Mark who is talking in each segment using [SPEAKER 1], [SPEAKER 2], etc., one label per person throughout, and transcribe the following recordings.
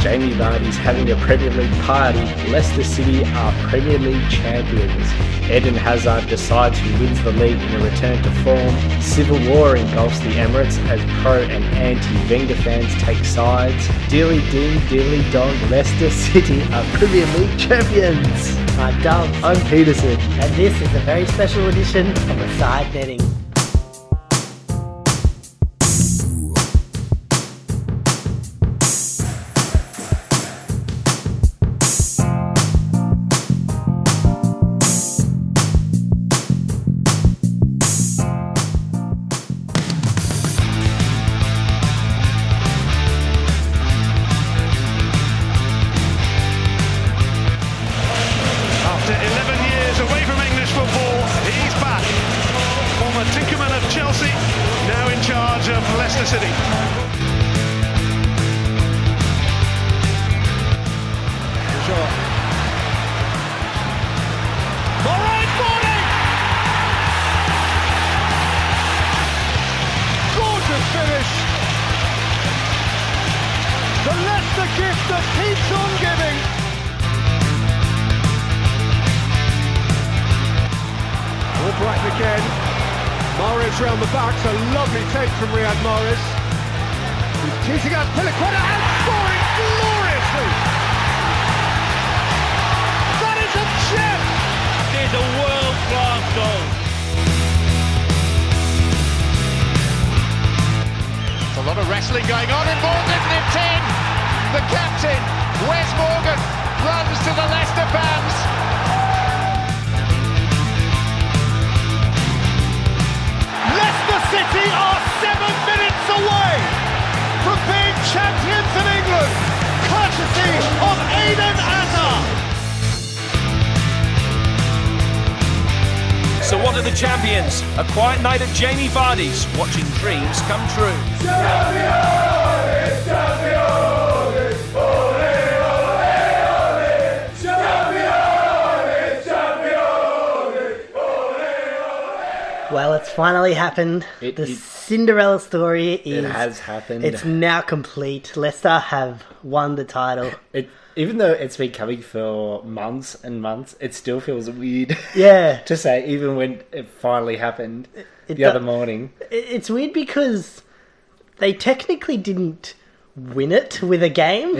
[SPEAKER 1] Jamie Vardy's having a Premier League party. Leicester City are Premier League champions. Eden Hazard decides who wins the league in a return to form. Civil war engulfs the Emirates as pro and anti Wenger fans take sides. Dilly ding, dilly dong, Leicester City are Premier League champions.
[SPEAKER 2] I'm Dubs,
[SPEAKER 1] I'm Peterson.
[SPEAKER 2] and this is a very special edition of the Side Netting.
[SPEAKER 3] After 11 years away from English football, he's back. Former Tinkerman of Chelsea, now in charge of Leicester City. Moran Morning! Gorgeous finish! The Leicester gift that keeps on giving!
[SPEAKER 4] Albright again. Mares round the back. It's a lovely take from Riyad Mahrez. He's teasing out Piliqueta and scoring gloriously. That is a gem.
[SPEAKER 5] is a world-class goal.
[SPEAKER 6] A lot of wrestling going on in Morgan nipped in. The captain, Wes Morgan, runs to the Leicester fans.
[SPEAKER 3] Leicester City are seven minutes away from being champions in England, courtesy of Aiden Hazard.
[SPEAKER 7] So what are the champions? A quiet night at Jamie Vardy's, watching dreams come true.
[SPEAKER 2] Well, it's finally happened.
[SPEAKER 1] It-
[SPEAKER 2] the
[SPEAKER 1] it-
[SPEAKER 2] Cinderella story is.
[SPEAKER 1] It has happened.
[SPEAKER 2] It's now complete. Leicester have won the title.
[SPEAKER 1] It, even though it's been coming for months and months, it still feels weird
[SPEAKER 2] Yeah.
[SPEAKER 1] to say, even when it finally happened the
[SPEAKER 2] do-
[SPEAKER 1] other morning.
[SPEAKER 2] It- It's weird because they technically didn't win it with a game.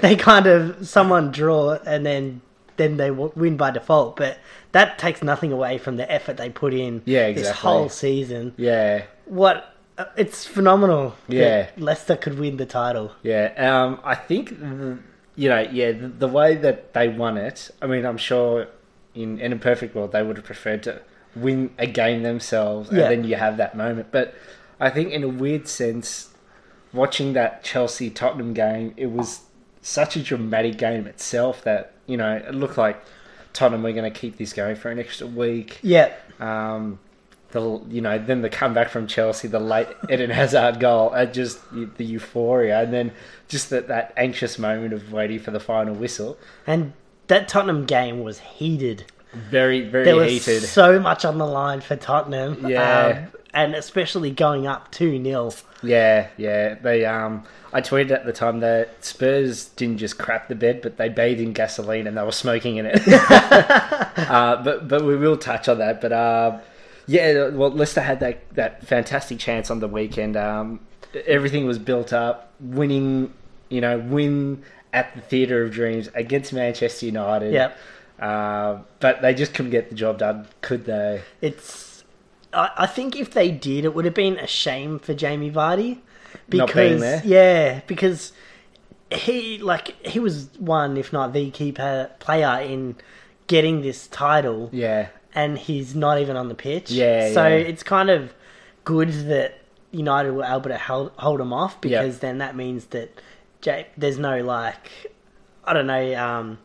[SPEAKER 2] they kind of someone draw and then then they w- win by default, but that takes nothing away from the effort they put in
[SPEAKER 1] Yeah,
[SPEAKER 2] this
[SPEAKER 1] exactly.
[SPEAKER 2] whole season.
[SPEAKER 1] Yeah,
[SPEAKER 2] What uh, it's phenomenal. that
[SPEAKER 1] Yeah.
[SPEAKER 2] Leicester could win the title.
[SPEAKER 1] yeah. Um, I think, th- you know, yeah, the, the way that they won it, I mean, I'm sure in, in a perfect world, they would have preferred to win a game themselves
[SPEAKER 2] Yeah.
[SPEAKER 1] and then you have that moment. But I think, in a weird sense, watching that Chelsea Tottenham game, it was such a dramatic game itself that, you know, it looked like Tottenham were going to keep this going for an extra week.
[SPEAKER 2] Yeah,
[SPEAKER 1] um, the you know then the comeback from Chelsea, the late Eden Hazard goal, and just the, the euphoria, and then just that, that anxious moment of waiting for the final whistle.
[SPEAKER 2] and that Tottenham game was heated.
[SPEAKER 1] Very very
[SPEAKER 2] There was
[SPEAKER 1] heated.
[SPEAKER 2] so much on the line for Tottenham.
[SPEAKER 1] Yeah.
[SPEAKER 2] um, and especially going up two 0
[SPEAKER 1] yeah yeah. They um I tweeted at the time that Spurs didn't just crap the bed, but they bathed in gasoline and they were smoking in it. uh, but but we will touch on that. But um yeah, well Leicester had that that fantastic chance on the weekend. Um, everything was built up, winning, you know, win at the theatre of dreams against Manchester United.
[SPEAKER 2] Yep.
[SPEAKER 1] Uh, but they just couldn't get the job done, could they?
[SPEAKER 2] It's. I, I think if they did, it would have been a shame for Jamie Vardy because
[SPEAKER 1] Not being there?
[SPEAKER 2] yeah, because he like he was one, if not the key pa- player in getting this title,
[SPEAKER 1] Yeah.
[SPEAKER 2] and he's not even on the pitch.
[SPEAKER 1] Yeah,
[SPEAKER 2] so
[SPEAKER 1] yeah.
[SPEAKER 2] it's kind of good that United were able to hold, hold him off because then that means that Ja there's no like I don't know. um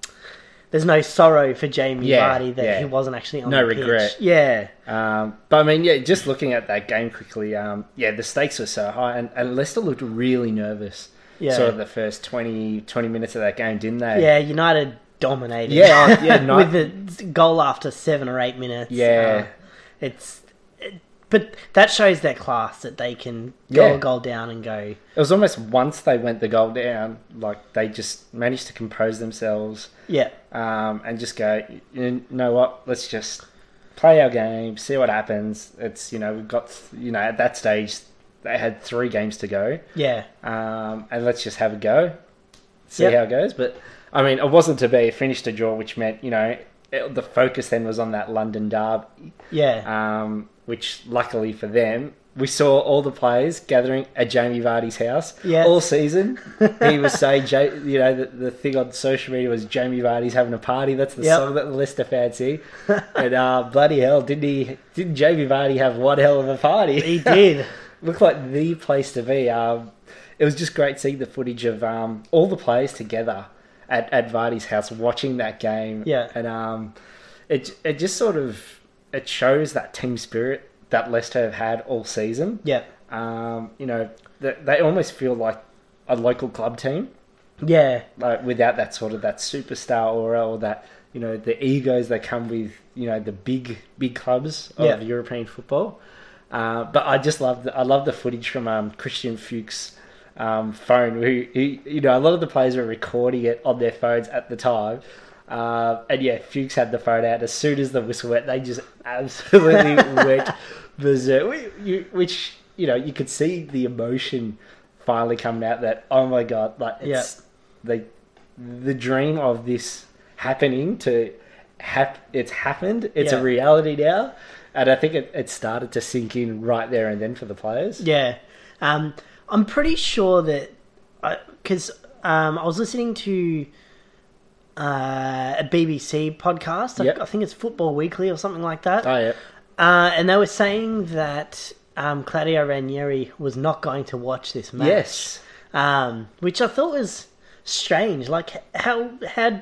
[SPEAKER 2] there's no sorrow for Jamie
[SPEAKER 1] Yeah,
[SPEAKER 2] Vardy that
[SPEAKER 1] yeah.
[SPEAKER 2] he wasn't actually on
[SPEAKER 1] No
[SPEAKER 2] the pitch.
[SPEAKER 1] regret.
[SPEAKER 2] Yeah.
[SPEAKER 1] Um, but I mean, yeah, just looking at that game quickly, um, yeah, the stakes were so high, and, and Leicester looked really nervous.
[SPEAKER 2] Yeah.
[SPEAKER 1] Sort of the first 20, 20 minutes of that game, didn't they?
[SPEAKER 2] Yeah, United dominated.
[SPEAKER 1] Yeah, oh, yeah,
[SPEAKER 2] with
[SPEAKER 1] not,
[SPEAKER 2] the goal after seven or eight minutes.
[SPEAKER 1] Yeah.
[SPEAKER 2] Uh, it's it, But that shows their class that they can go
[SPEAKER 1] Yeah.
[SPEAKER 2] a goal down and go.
[SPEAKER 1] It was almost once they went the goal down, like they just managed to compose themselves
[SPEAKER 2] Yeah,
[SPEAKER 1] um, and just go, you know what, let's just play our game, see what happens. It's, you know, we've got, th- you know, at that stage, they had three games to go
[SPEAKER 2] yeah,
[SPEAKER 1] um, and let's just have a go, see
[SPEAKER 2] Yep.
[SPEAKER 1] how it goes. But, I mean, it wasn't to be. It finished a draw, which meant, you know, it, the focus then was on that London derby
[SPEAKER 2] yeah,
[SPEAKER 1] um, which luckily for them, we saw all the players gathering at Jamie Vardy's house
[SPEAKER 2] Yeah.
[SPEAKER 1] all season. he was saying, Ja- you know, the, the thing on social media was Jamie Vardy's having a party. That's the
[SPEAKER 2] Yep.
[SPEAKER 1] song that Leicester fancy. and uh, bloody hell, didn't he? Didn't Jamie Vardy have one hell of a party?
[SPEAKER 2] he did.
[SPEAKER 1] looked like the place to be. Um, it was just great seeing the footage of um, all the players together at, at Vardy's house watching that game.
[SPEAKER 2] Yeah.
[SPEAKER 1] and um, it it just sort of it shows that team spirit that Leicester have had all season.
[SPEAKER 2] Yeah,
[SPEAKER 1] Um, you know, they, they almost feel like a local club team,
[SPEAKER 2] yeah,
[SPEAKER 1] like without that sort of that superstar aura or that you know the egos that come with you know the big big clubs of
[SPEAKER 2] Yeah.
[SPEAKER 1] European football. Uh, but I just love the, I love the footage from um, Christian Fuchs' um, phone. Who he, you know a lot of the players were recording it on their phones at the time. Uh, and yeah, Fuchs had the phone out as soon as the whistle went. They just absolutely went berserk, Wh- you- which you know you could see the emotion finally coming out. That oh my god, like it's the the dream of this happening to hap- it's happened. It's
[SPEAKER 2] Yeah.
[SPEAKER 1] a reality now, and I think it, it started to sink in right there and then for the players.
[SPEAKER 2] yeah. Um, I'm pretty sure that because um, I was listening to uh, a BBC podcast. I-
[SPEAKER 1] Yep.
[SPEAKER 2] I think it's Football Weekly or something like that.
[SPEAKER 1] Oh yeah,
[SPEAKER 2] Uh, and they were saying that um, Claudio Ranieri was not going to watch this match.
[SPEAKER 1] yes.
[SPEAKER 2] Um, which I thought was strange. Like, how how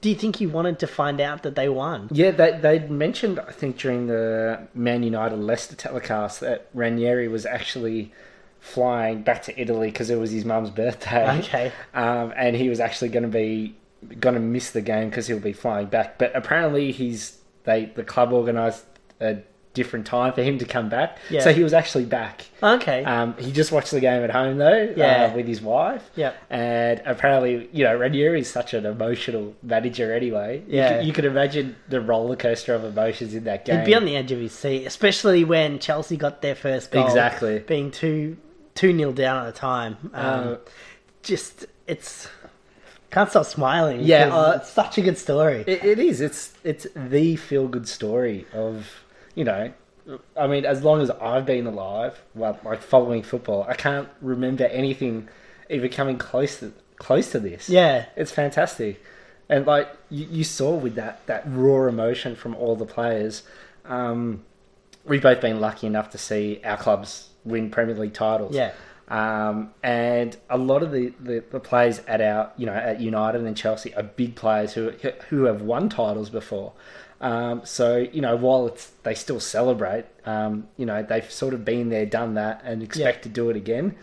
[SPEAKER 2] do you think he wanted to find out that they won?
[SPEAKER 1] Yeah, they they mentioned I think during the Man United Leicester telecast that Ranieri was actually flying back to Italy because it was his mum's birthday.
[SPEAKER 2] Okay.
[SPEAKER 1] um, and he was actually going to be going to miss the game because he'll be flying back. But apparently, he's they the club organised a different time for him to come back,
[SPEAKER 2] Yeah.
[SPEAKER 1] so he was actually back.
[SPEAKER 2] Okay.
[SPEAKER 1] Um, he just watched the game at home though,
[SPEAKER 2] Yeah.
[SPEAKER 1] uh, with his wife.
[SPEAKER 2] Yep.
[SPEAKER 1] And apparently, you know, Ranieri is such an emotional manager anyway. You
[SPEAKER 2] Yeah.
[SPEAKER 1] can- you can imagine the roller coaster of emotions in that game.
[SPEAKER 2] He'd be on the edge of his seat, especially when Chelsea got their first goal.
[SPEAKER 1] Exactly.
[SPEAKER 2] Being two two nil down at the time. Um,
[SPEAKER 1] Uh,
[SPEAKER 2] just it's can't stop smiling.
[SPEAKER 1] Yeah,
[SPEAKER 2] because
[SPEAKER 1] uh,
[SPEAKER 2] it's such a good story.
[SPEAKER 1] It, it is. It's it's the feel good story of you know. I mean, as long as I've been alive, well, like following football, I can't remember anything even coming close to close to this.
[SPEAKER 2] yeah.
[SPEAKER 1] it's fantastic, and like you, you saw with that that raw emotion from all the players. Um, we've both been lucky enough to see our clubs win Premier League titles.
[SPEAKER 2] Yeah.
[SPEAKER 1] Um, and a lot of the, the, the players at our you know at United and Chelsea are big players who who have won titles before. Um, so you know while it's they still celebrate, um, you know they've sort of been there, done that, and expect
[SPEAKER 2] Yeah.
[SPEAKER 1] to do it again.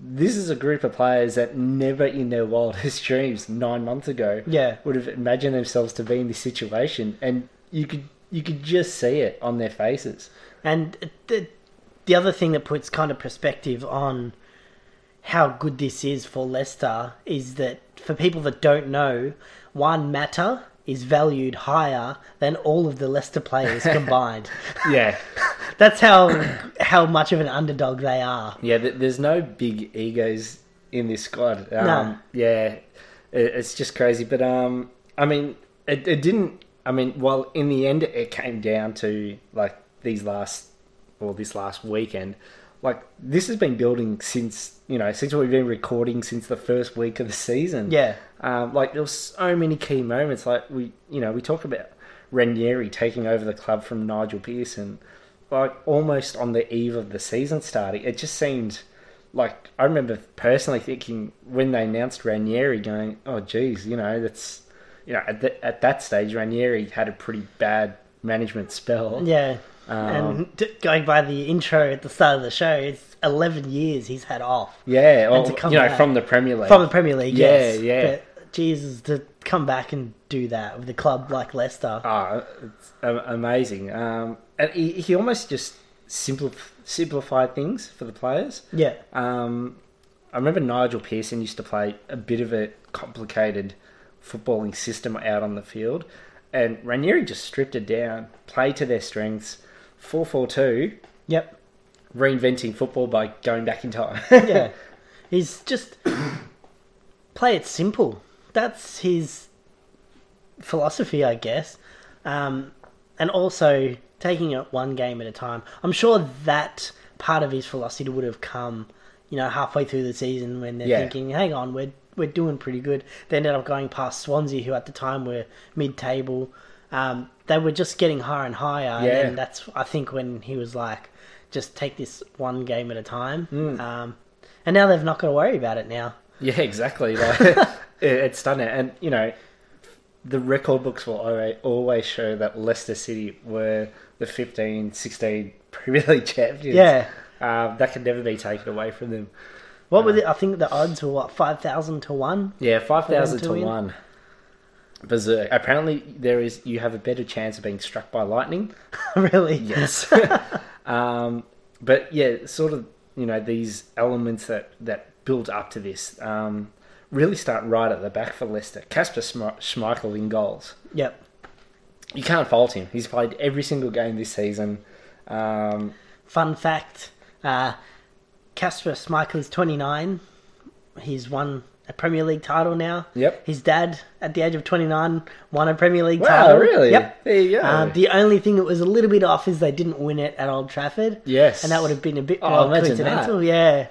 [SPEAKER 1] This is a group of players that never in their wildest dreams nine months ago
[SPEAKER 2] Yeah.
[SPEAKER 1] would have imagined themselves to be in this situation, and you could you could just see it on their faces.
[SPEAKER 2] And the, the other thing that puts kind of perspective on how good this is for Leicester is that for people that don't know, one matter is valued higher than all of the Leicester players combined.
[SPEAKER 1] Yeah,
[SPEAKER 2] That's how how much of an underdog they are.
[SPEAKER 1] Yeah, th- there's no big egos in this squad. Um,
[SPEAKER 2] No.
[SPEAKER 1] Yeah, it, it's just crazy. But um, I mean, it, it didn't. I mean, well, in the end, it came down to like these last, or this last weekend. Like this has been building since you know since we've been recording since the first week of the season.
[SPEAKER 2] Yeah.
[SPEAKER 1] Um, like there was so many key moments. Like we, you know, we talk about Ranieri taking over the club from Nigel Pearson, like almost on the eve of the season starting. It just seemed like I remember personally thinking when they announced Ranieri, going, "Oh, geez, you know, that's you know at, the, at that stage Ranieri had a pretty bad management spell."
[SPEAKER 2] Yeah.
[SPEAKER 1] Um,
[SPEAKER 2] and d- going by the intro at the start of the show, it's 11 years he's had off
[SPEAKER 1] yeah, or,
[SPEAKER 2] And to come
[SPEAKER 1] you know,
[SPEAKER 2] back.
[SPEAKER 1] from the Premier League,
[SPEAKER 2] from the Premier League.
[SPEAKER 1] Yeah,
[SPEAKER 2] yes.
[SPEAKER 1] yeah.
[SPEAKER 2] But Jesus, to come back and do that with a
[SPEAKER 1] Oh.
[SPEAKER 2] club like Leicester.
[SPEAKER 1] Ah, it's a- amazing. Um, and he, he almost just simplif- simplify things for the players.
[SPEAKER 2] Yeah.
[SPEAKER 1] Um, I remember Nigel Pearson used to play a bit of a complicated footballing system out on the field, and Ranieri just stripped it down, play to their strengths, 4 4 2,
[SPEAKER 2] Yep.
[SPEAKER 1] reinventing football by going back in time.
[SPEAKER 2] Yeah. He's just play it simple. That's his philosophy, I guess. Um, and also taking it one game at a time. I'm sure that part of his philosophy would have come, you know, halfway through the season when they're
[SPEAKER 1] Yeah.
[SPEAKER 2] thinking, hang on, we're, we're doing pretty good. They ended up going past Swansea, who at the time were mid table. Um, they were just getting higher and higher.
[SPEAKER 1] Yeah.
[SPEAKER 2] And that's, I think, when he was like, just take this one game at a time. Um, and now they've not got to worry about it now.
[SPEAKER 1] yeah, exactly. Like, it, it's done it. And, you know, the record books will alwa- always show that Leicester City were the 15 16 Premier League champions.
[SPEAKER 2] Yeah.
[SPEAKER 1] Um, that can never be taken away from them.
[SPEAKER 2] What were the, I think the odds were what five thousand to one.
[SPEAKER 1] Yeah, five thousand
[SPEAKER 2] to
[SPEAKER 1] to
[SPEAKER 2] win.
[SPEAKER 1] one. Berserk. Apparently, there is you have a better chance of being struck by lightning.
[SPEAKER 2] really?
[SPEAKER 1] Yes. um, but yeah, sort of you know these elements that that build up to this um, really start right at the back for Leicester. Casper Schme- Schmeichel in goals.
[SPEAKER 2] Yep.
[SPEAKER 1] You can't fault him. He's played every single game this season. Um,
[SPEAKER 2] Fun fact: uh, Casper Schmeichel is twenty nine. He's won a Premier League title now.
[SPEAKER 1] Yep.
[SPEAKER 2] His dad, at the age of twenty nine, won a Premier League
[SPEAKER 1] wow,
[SPEAKER 2] title.
[SPEAKER 1] really?
[SPEAKER 2] Yep.
[SPEAKER 1] There you go.
[SPEAKER 2] Um, the only thing that was a little bit off is they didn't win it at Old Trafford.
[SPEAKER 1] Yes.
[SPEAKER 2] and that would have been a bit
[SPEAKER 1] Oh,
[SPEAKER 2] more
[SPEAKER 1] imagine
[SPEAKER 2] coincidental.
[SPEAKER 1] that.
[SPEAKER 2] Yeah,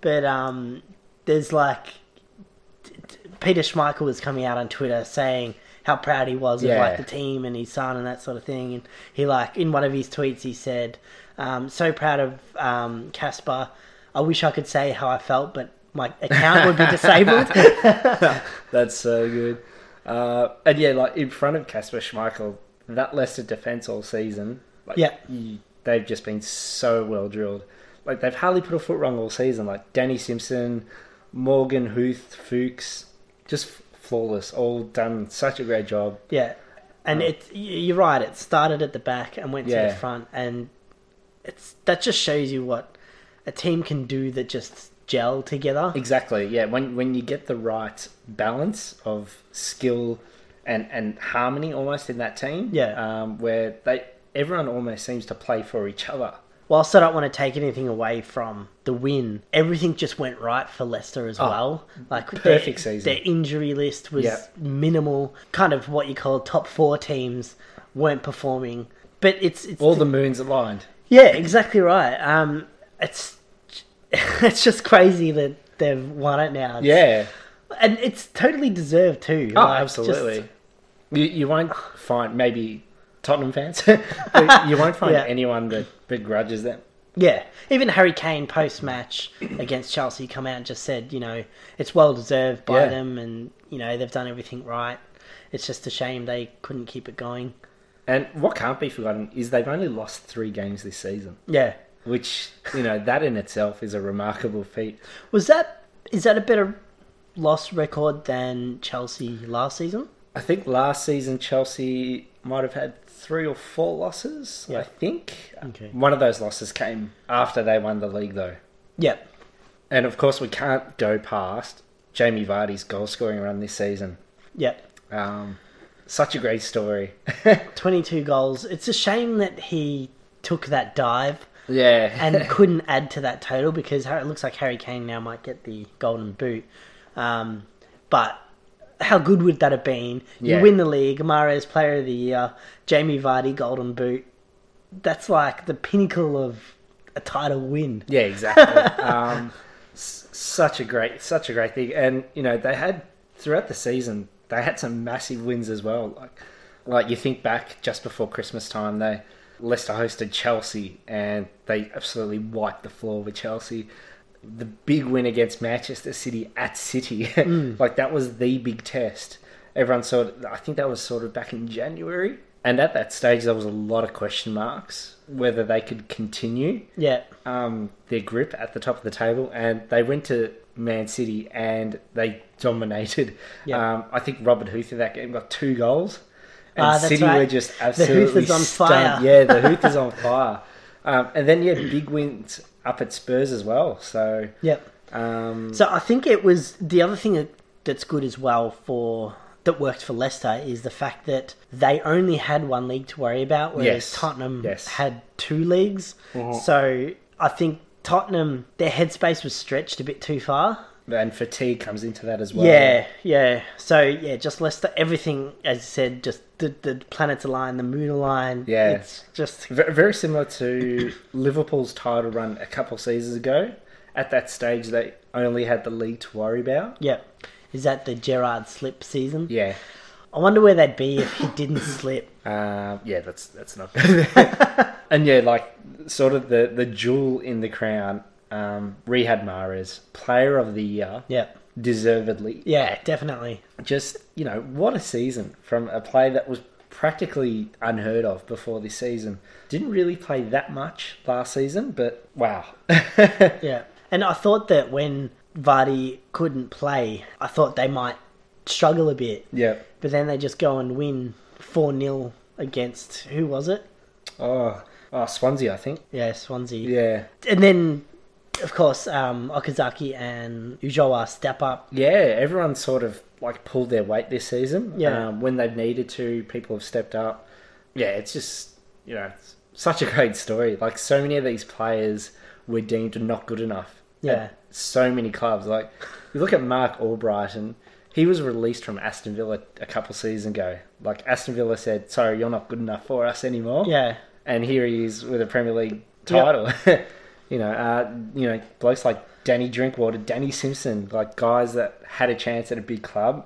[SPEAKER 2] but um, there's like t- t- Peter Schmeichel was coming out on Twitter saying how proud he was of
[SPEAKER 1] Yeah.
[SPEAKER 2] like the team and his son and that sort of thing. And he like in one of his tweets he said, um, "So proud of um, Casper. I wish I could say how I felt, but." My account would be disabled.
[SPEAKER 1] That's so good. Uh, and yeah, like in front of Casper Schmeichel, that Leicester defense all season, like
[SPEAKER 2] Yeah.
[SPEAKER 1] you- they've just been so well drilled. Like they've hardly put a foot wrong all season. Like Danny Simpson, Morgan Huth, Fuchs, just flawless. All done such a great job.
[SPEAKER 2] Yeah, and it's y you're right. It started at the back and went to
[SPEAKER 1] Yeah.
[SPEAKER 2] the front, and it's that just shows you what a team can do that just gel together.
[SPEAKER 1] Exactly. Yeah. When when you get the right balance of skill and and harmony almost in that team.
[SPEAKER 2] Yeah.
[SPEAKER 1] Um, where they everyone almost seems to play for each other.
[SPEAKER 2] Whilst I don't want to take anything away from the win, everything just went right for Leicester as well. Like
[SPEAKER 1] Oh, perfect
[SPEAKER 2] their,
[SPEAKER 1] season.
[SPEAKER 2] Their injury list was
[SPEAKER 1] Yeah.
[SPEAKER 2] minimal. Kind of what you call top four teams weren't performing, but it's it's
[SPEAKER 1] All the moons aligned.
[SPEAKER 2] Yeah, exactly right. Um, it's it's just crazy that they've won it now. It's-
[SPEAKER 1] Yeah.
[SPEAKER 2] and it's totally deserved too.
[SPEAKER 1] Oh,
[SPEAKER 2] Like, just-
[SPEAKER 1] absolutely. You, you won't find maybe Tottenham fans. but you won't find
[SPEAKER 2] Yeah.
[SPEAKER 1] anyone that begrudges them.
[SPEAKER 2] yeah, even Harry Kane post match against Chelsea come out and just said, you know, it's well deserved by
[SPEAKER 1] Yeah.
[SPEAKER 2] them, and you know they've done everything right. It's just a shame they couldn't keep it going.
[SPEAKER 1] And what can't be forgotten is they've only lost three games this season,
[SPEAKER 2] Yeah,
[SPEAKER 1] which you know that in itself is a remarkable feat.
[SPEAKER 2] was that is that a better loss record than Chelsea last season?
[SPEAKER 1] I think last season Chelsea might have had three or four losses.
[SPEAKER 2] Yeah.
[SPEAKER 1] I think
[SPEAKER 2] Okay.
[SPEAKER 1] one of those losses came after they won the league, though.
[SPEAKER 2] Yep.
[SPEAKER 1] And of course, we can't go past Jamie Vardy's goal scoring run this season.
[SPEAKER 2] Yep.
[SPEAKER 1] Um, such a great story.
[SPEAKER 2] 22 goals. It's a shame that he took that dive
[SPEAKER 1] Yeah.
[SPEAKER 2] and couldn't add to that total because Har- it looks like Harry Kane now might get the golden boot. Um, but how good would that have been? You
[SPEAKER 1] Yeah.
[SPEAKER 2] win the league, Mares Player of the Year, Jamie Vardy Golden Boot. That's like the pinnacle of a title win.
[SPEAKER 1] Yeah, exactly. um, s- such a great, such a great thing. And you know, they had throughout the season, they had some massive wins as well. Like, like you think back just before Christmas time, they Leicester hosted Chelsea, and they absolutely wiped the floor with Chelsea. The big win against Manchester City at City, like that was the big test. Everyone sort of, I think that was sort of back in January. And at that stage, there was a lot of question marks whether they could continue
[SPEAKER 2] Yeah.
[SPEAKER 1] um, their grip at the top of the table, and they went to Man City and they dominated.
[SPEAKER 2] Yeah.
[SPEAKER 1] Um, I think Robert Huth in that game got two goals, and
[SPEAKER 2] Ah, that's
[SPEAKER 1] City
[SPEAKER 2] right.
[SPEAKER 1] were just
[SPEAKER 2] The Huth
[SPEAKER 1] absolutely
[SPEAKER 2] is on
[SPEAKER 1] stunned.
[SPEAKER 2] fire.
[SPEAKER 1] Yeah, the Huth is on fire. Um, and then yeah, big wins up at Spurs as well. So
[SPEAKER 2] Yep.
[SPEAKER 1] um,
[SPEAKER 2] So I think it was the other thing that, that's good as well for that worked for Leicester is the fact that they only had one league to worry about, whereas
[SPEAKER 1] Yes.
[SPEAKER 2] Tottenham
[SPEAKER 1] Yes. Mm-hmm.
[SPEAKER 2] had two leagues. So I think Tottenham their headspace was stretched a bit too far.
[SPEAKER 1] and fatigue comes into that as well.
[SPEAKER 2] Yeah, yeah. So yeah, just Leicester. Everything, as you said, just the, the planets align, the moon align.
[SPEAKER 1] Yeah.
[SPEAKER 2] it's just
[SPEAKER 1] Ve- very similar to Liverpool's title run a couple seasons ago. At that stage, they only had the league to worry about.
[SPEAKER 2] yeah. Is that the Gerard slip season?
[SPEAKER 1] Yeah,
[SPEAKER 2] I wonder where they'd be if he didn't slip.
[SPEAKER 1] um, yeah, that's that's not good. and yeah, like sort of the the jewel in the crown. Um, Riyad Mahrez, player of the year,
[SPEAKER 2] Yeah,
[SPEAKER 1] deservedly.
[SPEAKER 2] yeah, definitely.
[SPEAKER 1] Just you know, what a season from a player that was practically unheard of before this season. Didn't really play that much last season, but wow.
[SPEAKER 2] Yeah. And I thought that when Vardy couldn't play, I thought they might struggle a bit.
[SPEAKER 1] yeah.
[SPEAKER 2] But then they just go and win 4 0 against, who was it?
[SPEAKER 1] Oh, oh, Swansea, I think.
[SPEAKER 2] Yeah, Swansea.
[SPEAKER 1] Yeah.
[SPEAKER 2] And then, of course, um, Okazaki and Ujoa step up.
[SPEAKER 1] Yeah, everyone sort of like pulled their weight this season.
[SPEAKER 2] Yeah.
[SPEAKER 1] Um, when they've needed to, people have stepped up. Yeah, it's just, you know, it's such a great story. Like, so many of these players were deemed not good enough.
[SPEAKER 2] Yeah.
[SPEAKER 1] at So many clubs. Like, you look at Mark Albrighton, he was released from Aston Villa a couple seasons ago. Like, Aston Villa said, sorry, you're not good enough for us anymore.
[SPEAKER 2] Yeah.
[SPEAKER 1] and here he is with a Premier League title. you know, uh, you know, blokes like Danny Drinkwater, Danny Simpson, like guys that had a chance at a big club,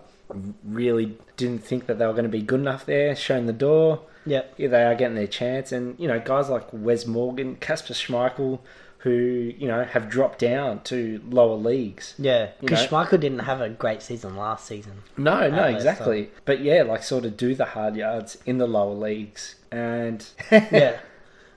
[SPEAKER 1] really didn't think that they were going to be good enough there, shown the door.
[SPEAKER 2] Yep.
[SPEAKER 1] Here they are getting their chance, and you know, guys like Wes Morgan, Casper Schmeichel, who you know have dropped down to lower leagues.
[SPEAKER 2] Yeah.
[SPEAKER 1] You
[SPEAKER 2] Because
[SPEAKER 1] know-
[SPEAKER 2] Schmeichel didn't have a great season last season.
[SPEAKER 1] No, no,
[SPEAKER 2] Atlas,
[SPEAKER 1] exactly.
[SPEAKER 2] uh,
[SPEAKER 1] But yeah, like sort of do the hard yards in the lower leagues, and
[SPEAKER 2] yeah.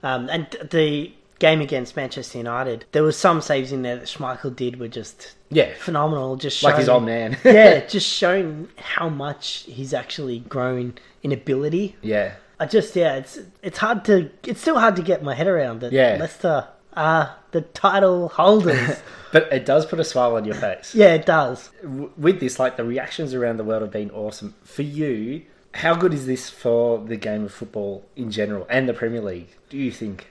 [SPEAKER 2] Um, and th- the game against Manchester United, there was some saves in there that Schmeichel did were just
[SPEAKER 1] yeah,
[SPEAKER 2] phenomenal. Just
[SPEAKER 1] like his
[SPEAKER 2] showing-
[SPEAKER 1] old man.
[SPEAKER 2] yeah, just showing how much he's actually grown in ability.
[SPEAKER 1] yeah.
[SPEAKER 2] I just yeah, it's it's hard to it's still hard to get my head around that
[SPEAKER 1] Yeah.
[SPEAKER 2] Leicester are the title holders.
[SPEAKER 1] But it does put a smile on your face.
[SPEAKER 2] yeah, it does.
[SPEAKER 1] W- With this, like the reactions around the world have been awesome. For you, how good is this for the game of football in general and the Premier League? Do you think?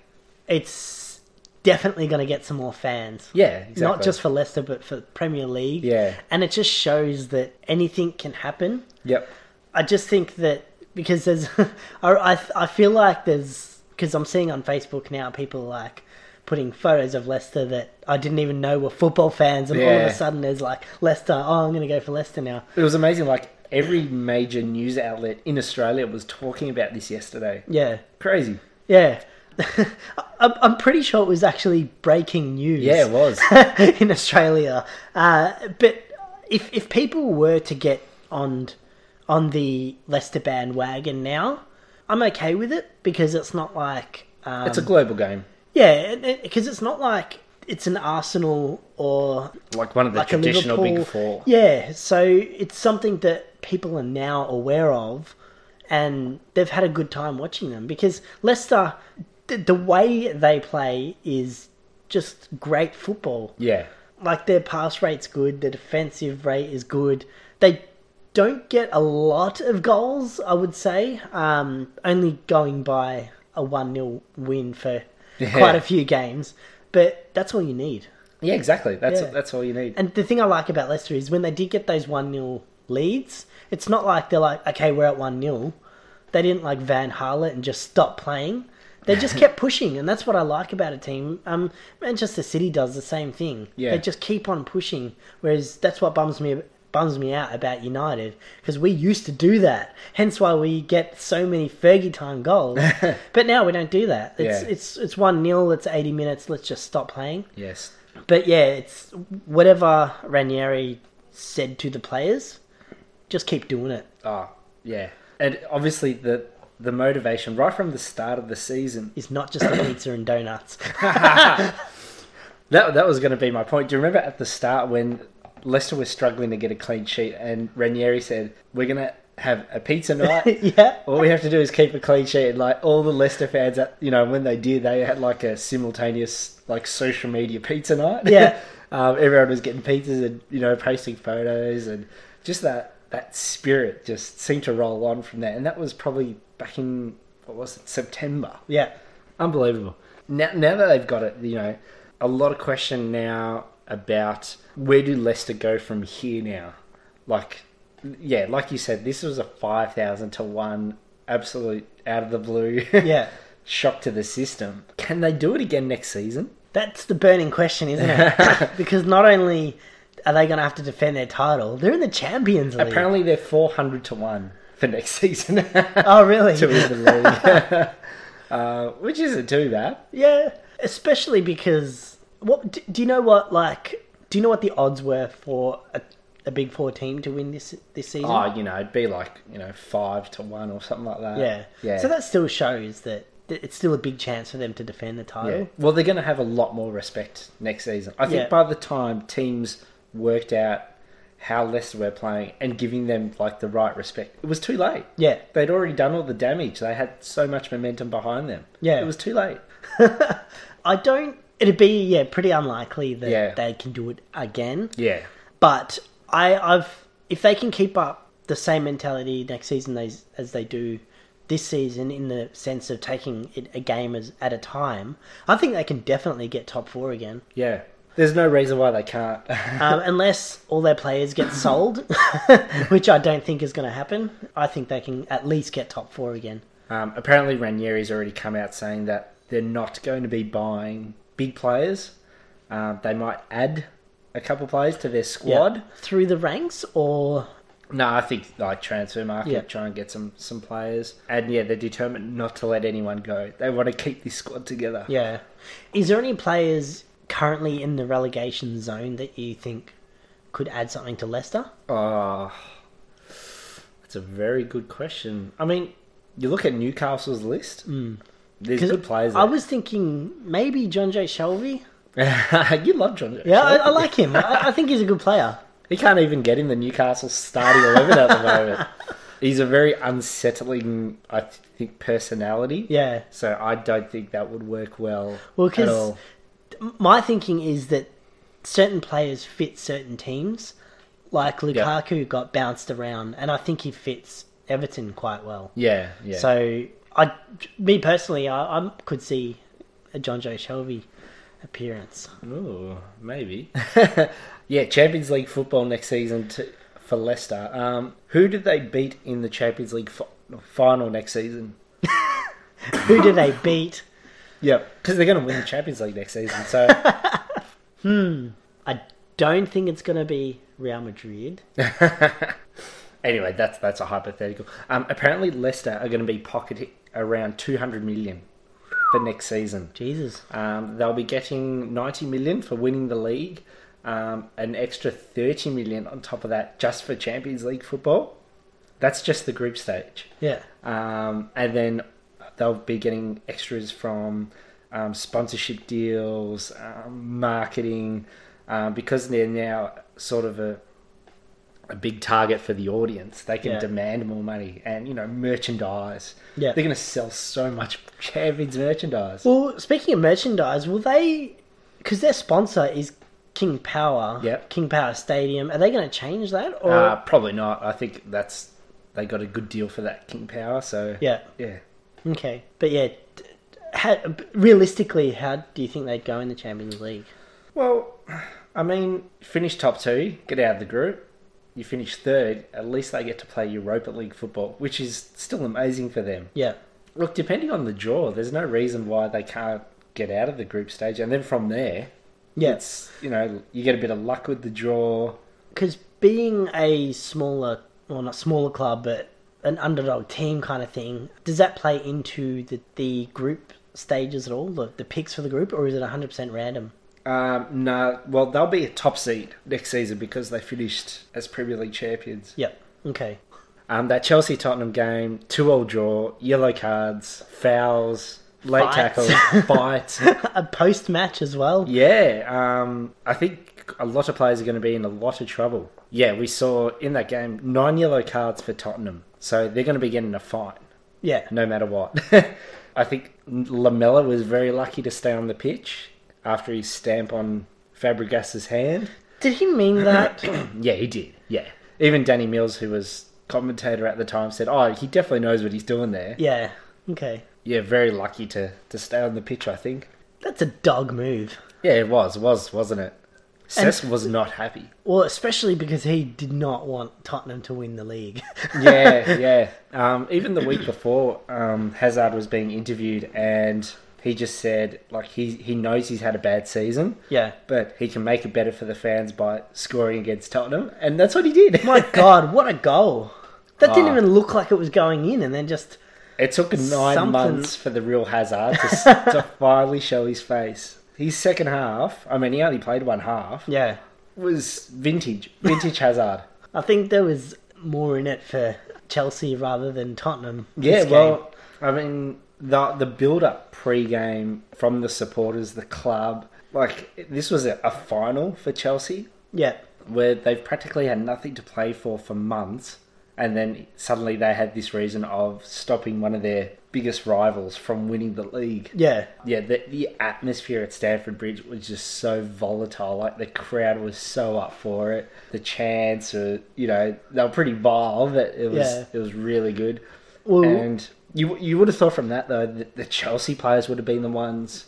[SPEAKER 2] It's definitely going to get some more fans.
[SPEAKER 1] Yeah, exactly.
[SPEAKER 2] Not just for Leicester, but for Premier League.
[SPEAKER 1] Yeah.
[SPEAKER 2] and it just shows that anything can happen.
[SPEAKER 1] Yep.
[SPEAKER 2] I just think that because there's, I, I, I feel like there's because I'm seeing on Facebook now people like putting photos of Leicester that I didn't even know were football fans, and all of
[SPEAKER 1] Yeah.
[SPEAKER 2] a sudden there's like Leicester. Oh, I'm gonna go for Leicester now.
[SPEAKER 1] It was amazing. Like every major news outlet in Australia was talking about this yesterday.
[SPEAKER 2] Yeah,
[SPEAKER 1] Crazy.
[SPEAKER 2] yeah. I- I'm I'm pretty sure it was actually breaking news.
[SPEAKER 1] Yeah, it was.
[SPEAKER 2] in Australia. Uh, but if if people were to get on on the Leicester bandwagon now, I'm okay with it because it's not like um,
[SPEAKER 1] it's a global game.
[SPEAKER 2] yeah, because it's not like it's an Arsenal or
[SPEAKER 1] Like one of the
[SPEAKER 2] like a
[SPEAKER 1] traditional
[SPEAKER 2] Liverpool.
[SPEAKER 1] big four.
[SPEAKER 2] Yeah, so it's something that people are now aware of, and they've had a good time watching them because Leicester, the, the way they play is just great football
[SPEAKER 1] Yeah.
[SPEAKER 2] like their pass rate's good, their defensive rate is good. They don't get a lot of goals, I would say. Um, only going by a one 0 win for quite a few games, but that's all you need.
[SPEAKER 1] Yeah, exactly. That's
[SPEAKER 2] Yeah.
[SPEAKER 1] that's all you need.
[SPEAKER 2] And the thing I like about Leicester is when they did get those one 0 leads, it's not like they're like, okay, we're at one 0 They didn't like Van Harlet and just stop playing. They just kept pushing, and that's what I like about a team. Um, Manchester City does the same thing.
[SPEAKER 1] Yeah.
[SPEAKER 2] They just keep on pushing. Whereas that's what bums me bums me out about United because we used to do that. Hence why we get so many Fergie time goals. but now we don't do that. It's
[SPEAKER 1] Yeah.
[SPEAKER 2] it's it's one 0 It's eighty minutes. Let's just stop playing.
[SPEAKER 1] yes.
[SPEAKER 2] But yeah, it's whatever Ranieri said to the players, just keep doing it.
[SPEAKER 1] Ah. yeah. And obviously the the motivation right from the start of the season
[SPEAKER 2] It's not just the pizza and donuts.
[SPEAKER 1] That that was going to be my point. Do you remember at the start when Leicester was struggling to get a clean sheet and Ranieri said, "We're going to have a pizza night.
[SPEAKER 2] yeah.
[SPEAKER 1] All we have to do is keep a clean sheet. And, like all the Leicester fans, that you know, when they did, they had like a simultaneous like social media pizza night.
[SPEAKER 2] Yeah.
[SPEAKER 1] um, everyone was getting pizzas and you know posting photos and just that that spirit just seemed to roll on from there. And that was probably back in what was it September.
[SPEAKER 2] Yeah.
[SPEAKER 1] Unbelievable. Now, now that they've got it, you know, a lot of question now about where do Leicester go from here now? Like, yeah, like you said, this was a 5,000 to 1 absolute out of the blue
[SPEAKER 2] Yeah.
[SPEAKER 1] shock to the system. Can they do it again next season?
[SPEAKER 2] That's the burning question, isn't it? because not only are they going to have to defend their title, they're in the Champions League.
[SPEAKER 1] Apparently they're 400 to 1 for next season
[SPEAKER 2] Oh, really?
[SPEAKER 1] to win the league. Uh, which isn't too bad.
[SPEAKER 2] Yeah, especially because what do, do you know? What like do you know what the odds were for a, a Big Four team to win this this season?
[SPEAKER 1] Oh, you know, it'd be like, you know, 5 to 1 or something like that.
[SPEAKER 2] yeah,
[SPEAKER 1] Uh, Yeah.
[SPEAKER 2] So that still shows that that it's still a big chance for them to defend the title.
[SPEAKER 1] Yeah. Well, they're going to have a lot more respect next season. I think
[SPEAKER 2] Yeah.
[SPEAKER 1] by the time teams worked out how Leicester were playing and giving them like the right respect, it was too late.
[SPEAKER 2] Yeah.
[SPEAKER 1] They'd already done all the damage. They had so much momentum behind them.
[SPEAKER 2] Yeah.
[SPEAKER 1] It was too late.
[SPEAKER 2] I don't. It'd be yeah pretty unlikely that
[SPEAKER 1] Yeah.
[SPEAKER 2] they can do it again.
[SPEAKER 1] Yeah.
[SPEAKER 2] But I, I've if they can keep up the same mentality next season as, as they do this season, in the sense of taking it a game as, at a time, I think they can definitely get top four again.
[SPEAKER 1] Yeah. There's no reason why they can't.
[SPEAKER 2] Um, unless all their players get sold, which I don't think is going to happen. I think they can at least get top four again.
[SPEAKER 1] um, apparently, Ranieri's already come out saying that they're not going to be buying big players. Um, they might add a couple players to their squad.
[SPEAKER 2] Through the ranks or.
[SPEAKER 1] No, I think like transfer market,
[SPEAKER 2] Yeah.
[SPEAKER 1] try and get some some players, and yeah, they're determined not to let anyone go. They want to keep this squad together.
[SPEAKER 2] Yeah. Is there any players currently in the relegation zone that you think could add something to Leicester?
[SPEAKER 1] Oh, that's a very good question. I mean, you look at Newcastle's list. Mm. There's
[SPEAKER 2] Hmm. 'Cause
[SPEAKER 1] good players.
[SPEAKER 2] I was thinking maybe John J. Shelby.
[SPEAKER 1] there. you love John. Joe
[SPEAKER 2] Yeah, I,
[SPEAKER 1] Shelby.
[SPEAKER 2] I like him. I, I think he's a good player.
[SPEAKER 1] He can't even get in the Newcastle starting eleven at the moment. He's a very unsettling, I think, personality.
[SPEAKER 2] Yeah.
[SPEAKER 1] So I don't think that would work well.
[SPEAKER 2] Well,
[SPEAKER 1] at
[SPEAKER 2] 'cause
[SPEAKER 1] all.
[SPEAKER 2] my thinking is that certain players fit certain teams. Like
[SPEAKER 1] Yeah.
[SPEAKER 2] Lukaku got bounced around, and I think he fits Everton quite well.
[SPEAKER 1] yeah, yeah.
[SPEAKER 2] So, I, me personally, I, I could see a John Joe Shelby appearance.
[SPEAKER 1] Ooh, maybe. yeah, Champions League football next season to, for Leicester. Um, who did they beat in the Champions League fi- final next season?
[SPEAKER 2] Who do they beat?
[SPEAKER 1] Yeah, because they're going to win the Champions League next season. So
[SPEAKER 2] I don't think it's going to be Real Madrid.
[SPEAKER 1] anyway, that's that's a hypothetical. Um, apparently, Leicester are going to be pocketing around two hundred million for next season.
[SPEAKER 2] Jesus.
[SPEAKER 1] Um, they'll be getting 90 million for winning the league, um, an extra 30 million on top of that just for Champions League football. That's just the group stage.
[SPEAKER 2] Yeah.
[SPEAKER 1] Um, and then they'll be getting extras from um, sponsorship deals, um, marketing, um, because they're now sort of a a big target for the audience. They can
[SPEAKER 2] Yeah.
[SPEAKER 1] demand more money and you know merchandise.
[SPEAKER 2] Yeah.
[SPEAKER 1] they're going to sell so much Champions merchandise.
[SPEAKER 2] Well, speaking of merchandise, will they? Because their sponsor is King Power.
[SPEAKER 1] Yep.
[SPEAKER 2] King Power Stadium. Are they going to change that? Or
[SPEAKER 1] Uh, probably not. I think that's they got a good deal for that King Power. So
[SPEAKER 2] yeah.
[SPEAKER 1] yeah.
[SPEAKER 2] Okay, but yeah, d- d- how, realistically, how do you think they'd go in the Champions League?
[SPEAKER 1] Well, I mean, finish top two, get out of the group. You finish third, at least they get to play Europa League football, which is still amazing for them.
[SPEAKER 2] Yeah,
[SPEAKER 1] Look, depending on the draw, there's no reason why they can't get out of the group stage, and then from there,
[SPEAKER 2] yeah,
[SPEAKER 1] it's you know you get a bit of luck with the draw.
[SPEAKER 2] because being a smaller, well, not smaller club, but an underdog team kind of thing, does that play into the, the group stages at all? The, the picks for the group, or is it hundred percent random?
[SPEAKER 1] Um, no, well they'll be a top seed next season because they finished as Premier League champions.
[SPEAKER 2] Yep. Okay.
[SPEAKER 1] Um, that Chelsea Tottenham game, two all draw, yellow cards, fouls, late
[SPEAKER 2] Fights.
[SPEAKER 1] tackles, bites.
[SPEAKER 2] A post match as well.
[SPEAKER 1] Yeah, um, I think a lot of players are going to be in a lot of trouble. Yeah, we saw in that game nine yellow cards for Tottenham. So they're going to be getting a fine
[SPEAKER 2] Yeah.
[SPEAKER 1] no matter what. I think Lamella was very lucky to stay on the pitch after his stamp on Fabregas's hand.
[SPEAKER 2] Did he mean that?
[SPEAKER 1] Yeah, he did. Yeah. Even Danny Mills, who was commentator at the time, said, "Oh, he definitely knows what he's doing there."
[SPEAKER 2] yeah. Okay.
[SPEAKER 1] Yeah, very lucky to to stay on the pitch. I think.
[SPEAKER 2] That's a dog move.
[SPEAKER 1] Yeah, it was, was, wasn't it? Cesc was not happy.
[SPEAKER 2] Well, especially because he did not want Tottenham to win the league.
[SPEAKER 1] yeah, yeah. Um, even the week before, um, Hazard was being interviewed, and he just said like he he knows he's had a bad season.
[SPEAKER 2] Yeah.
[SPEAKER 1] but he can make it better for the fans by scoring against Tottenham, and that's what he did.
[SPEAKER 2] My God, what a goal! That didn't
[SPEAKER 1] Ah.
[SPEAKER 2] even look like it was going in, and then just
[SPEAKER 1] it took nine
[SPEAKER 2] Something-
[SPEAKER 1] months for the real Hazard to, s- to finally show his face. His second half, I mean, he only played one half,
[SPEAKER 2] yeah.
[SPEAKER 1] was vintage, vintage Hazard.
[SPEAKER 2] I think there was more in it for Chelsea rather than Tottenham.
[SPEAKER 1] Yeah,
[SPEAKER 2] this game.
[SPEAKER 1] well, I mean, the the build up pre game from the supporters, the club, like this was a, a final for Chelsea
[SPEAKER 2] yeah,
[SPEAKER 1] where they've practically had nothing to play for for months, and then suddenly they had this reason of stopping one of their biggest rivals from winning the league.
[SPEAKER 2] yeah.
[SPEAKER 1] Yeah, the, the atmosphere at Stamford Bridge was just so volatile. Like the crowd was so up for it. The chants, uh, you know, they were pretty vile, but it was
[SPEAKER 2] Yeah.
[SPEAKER 1] it was really good.
[SPEAKER 2] Well-
[SPEAKER 1] and you you would have thought from that though that the Chelsea players would have been the ones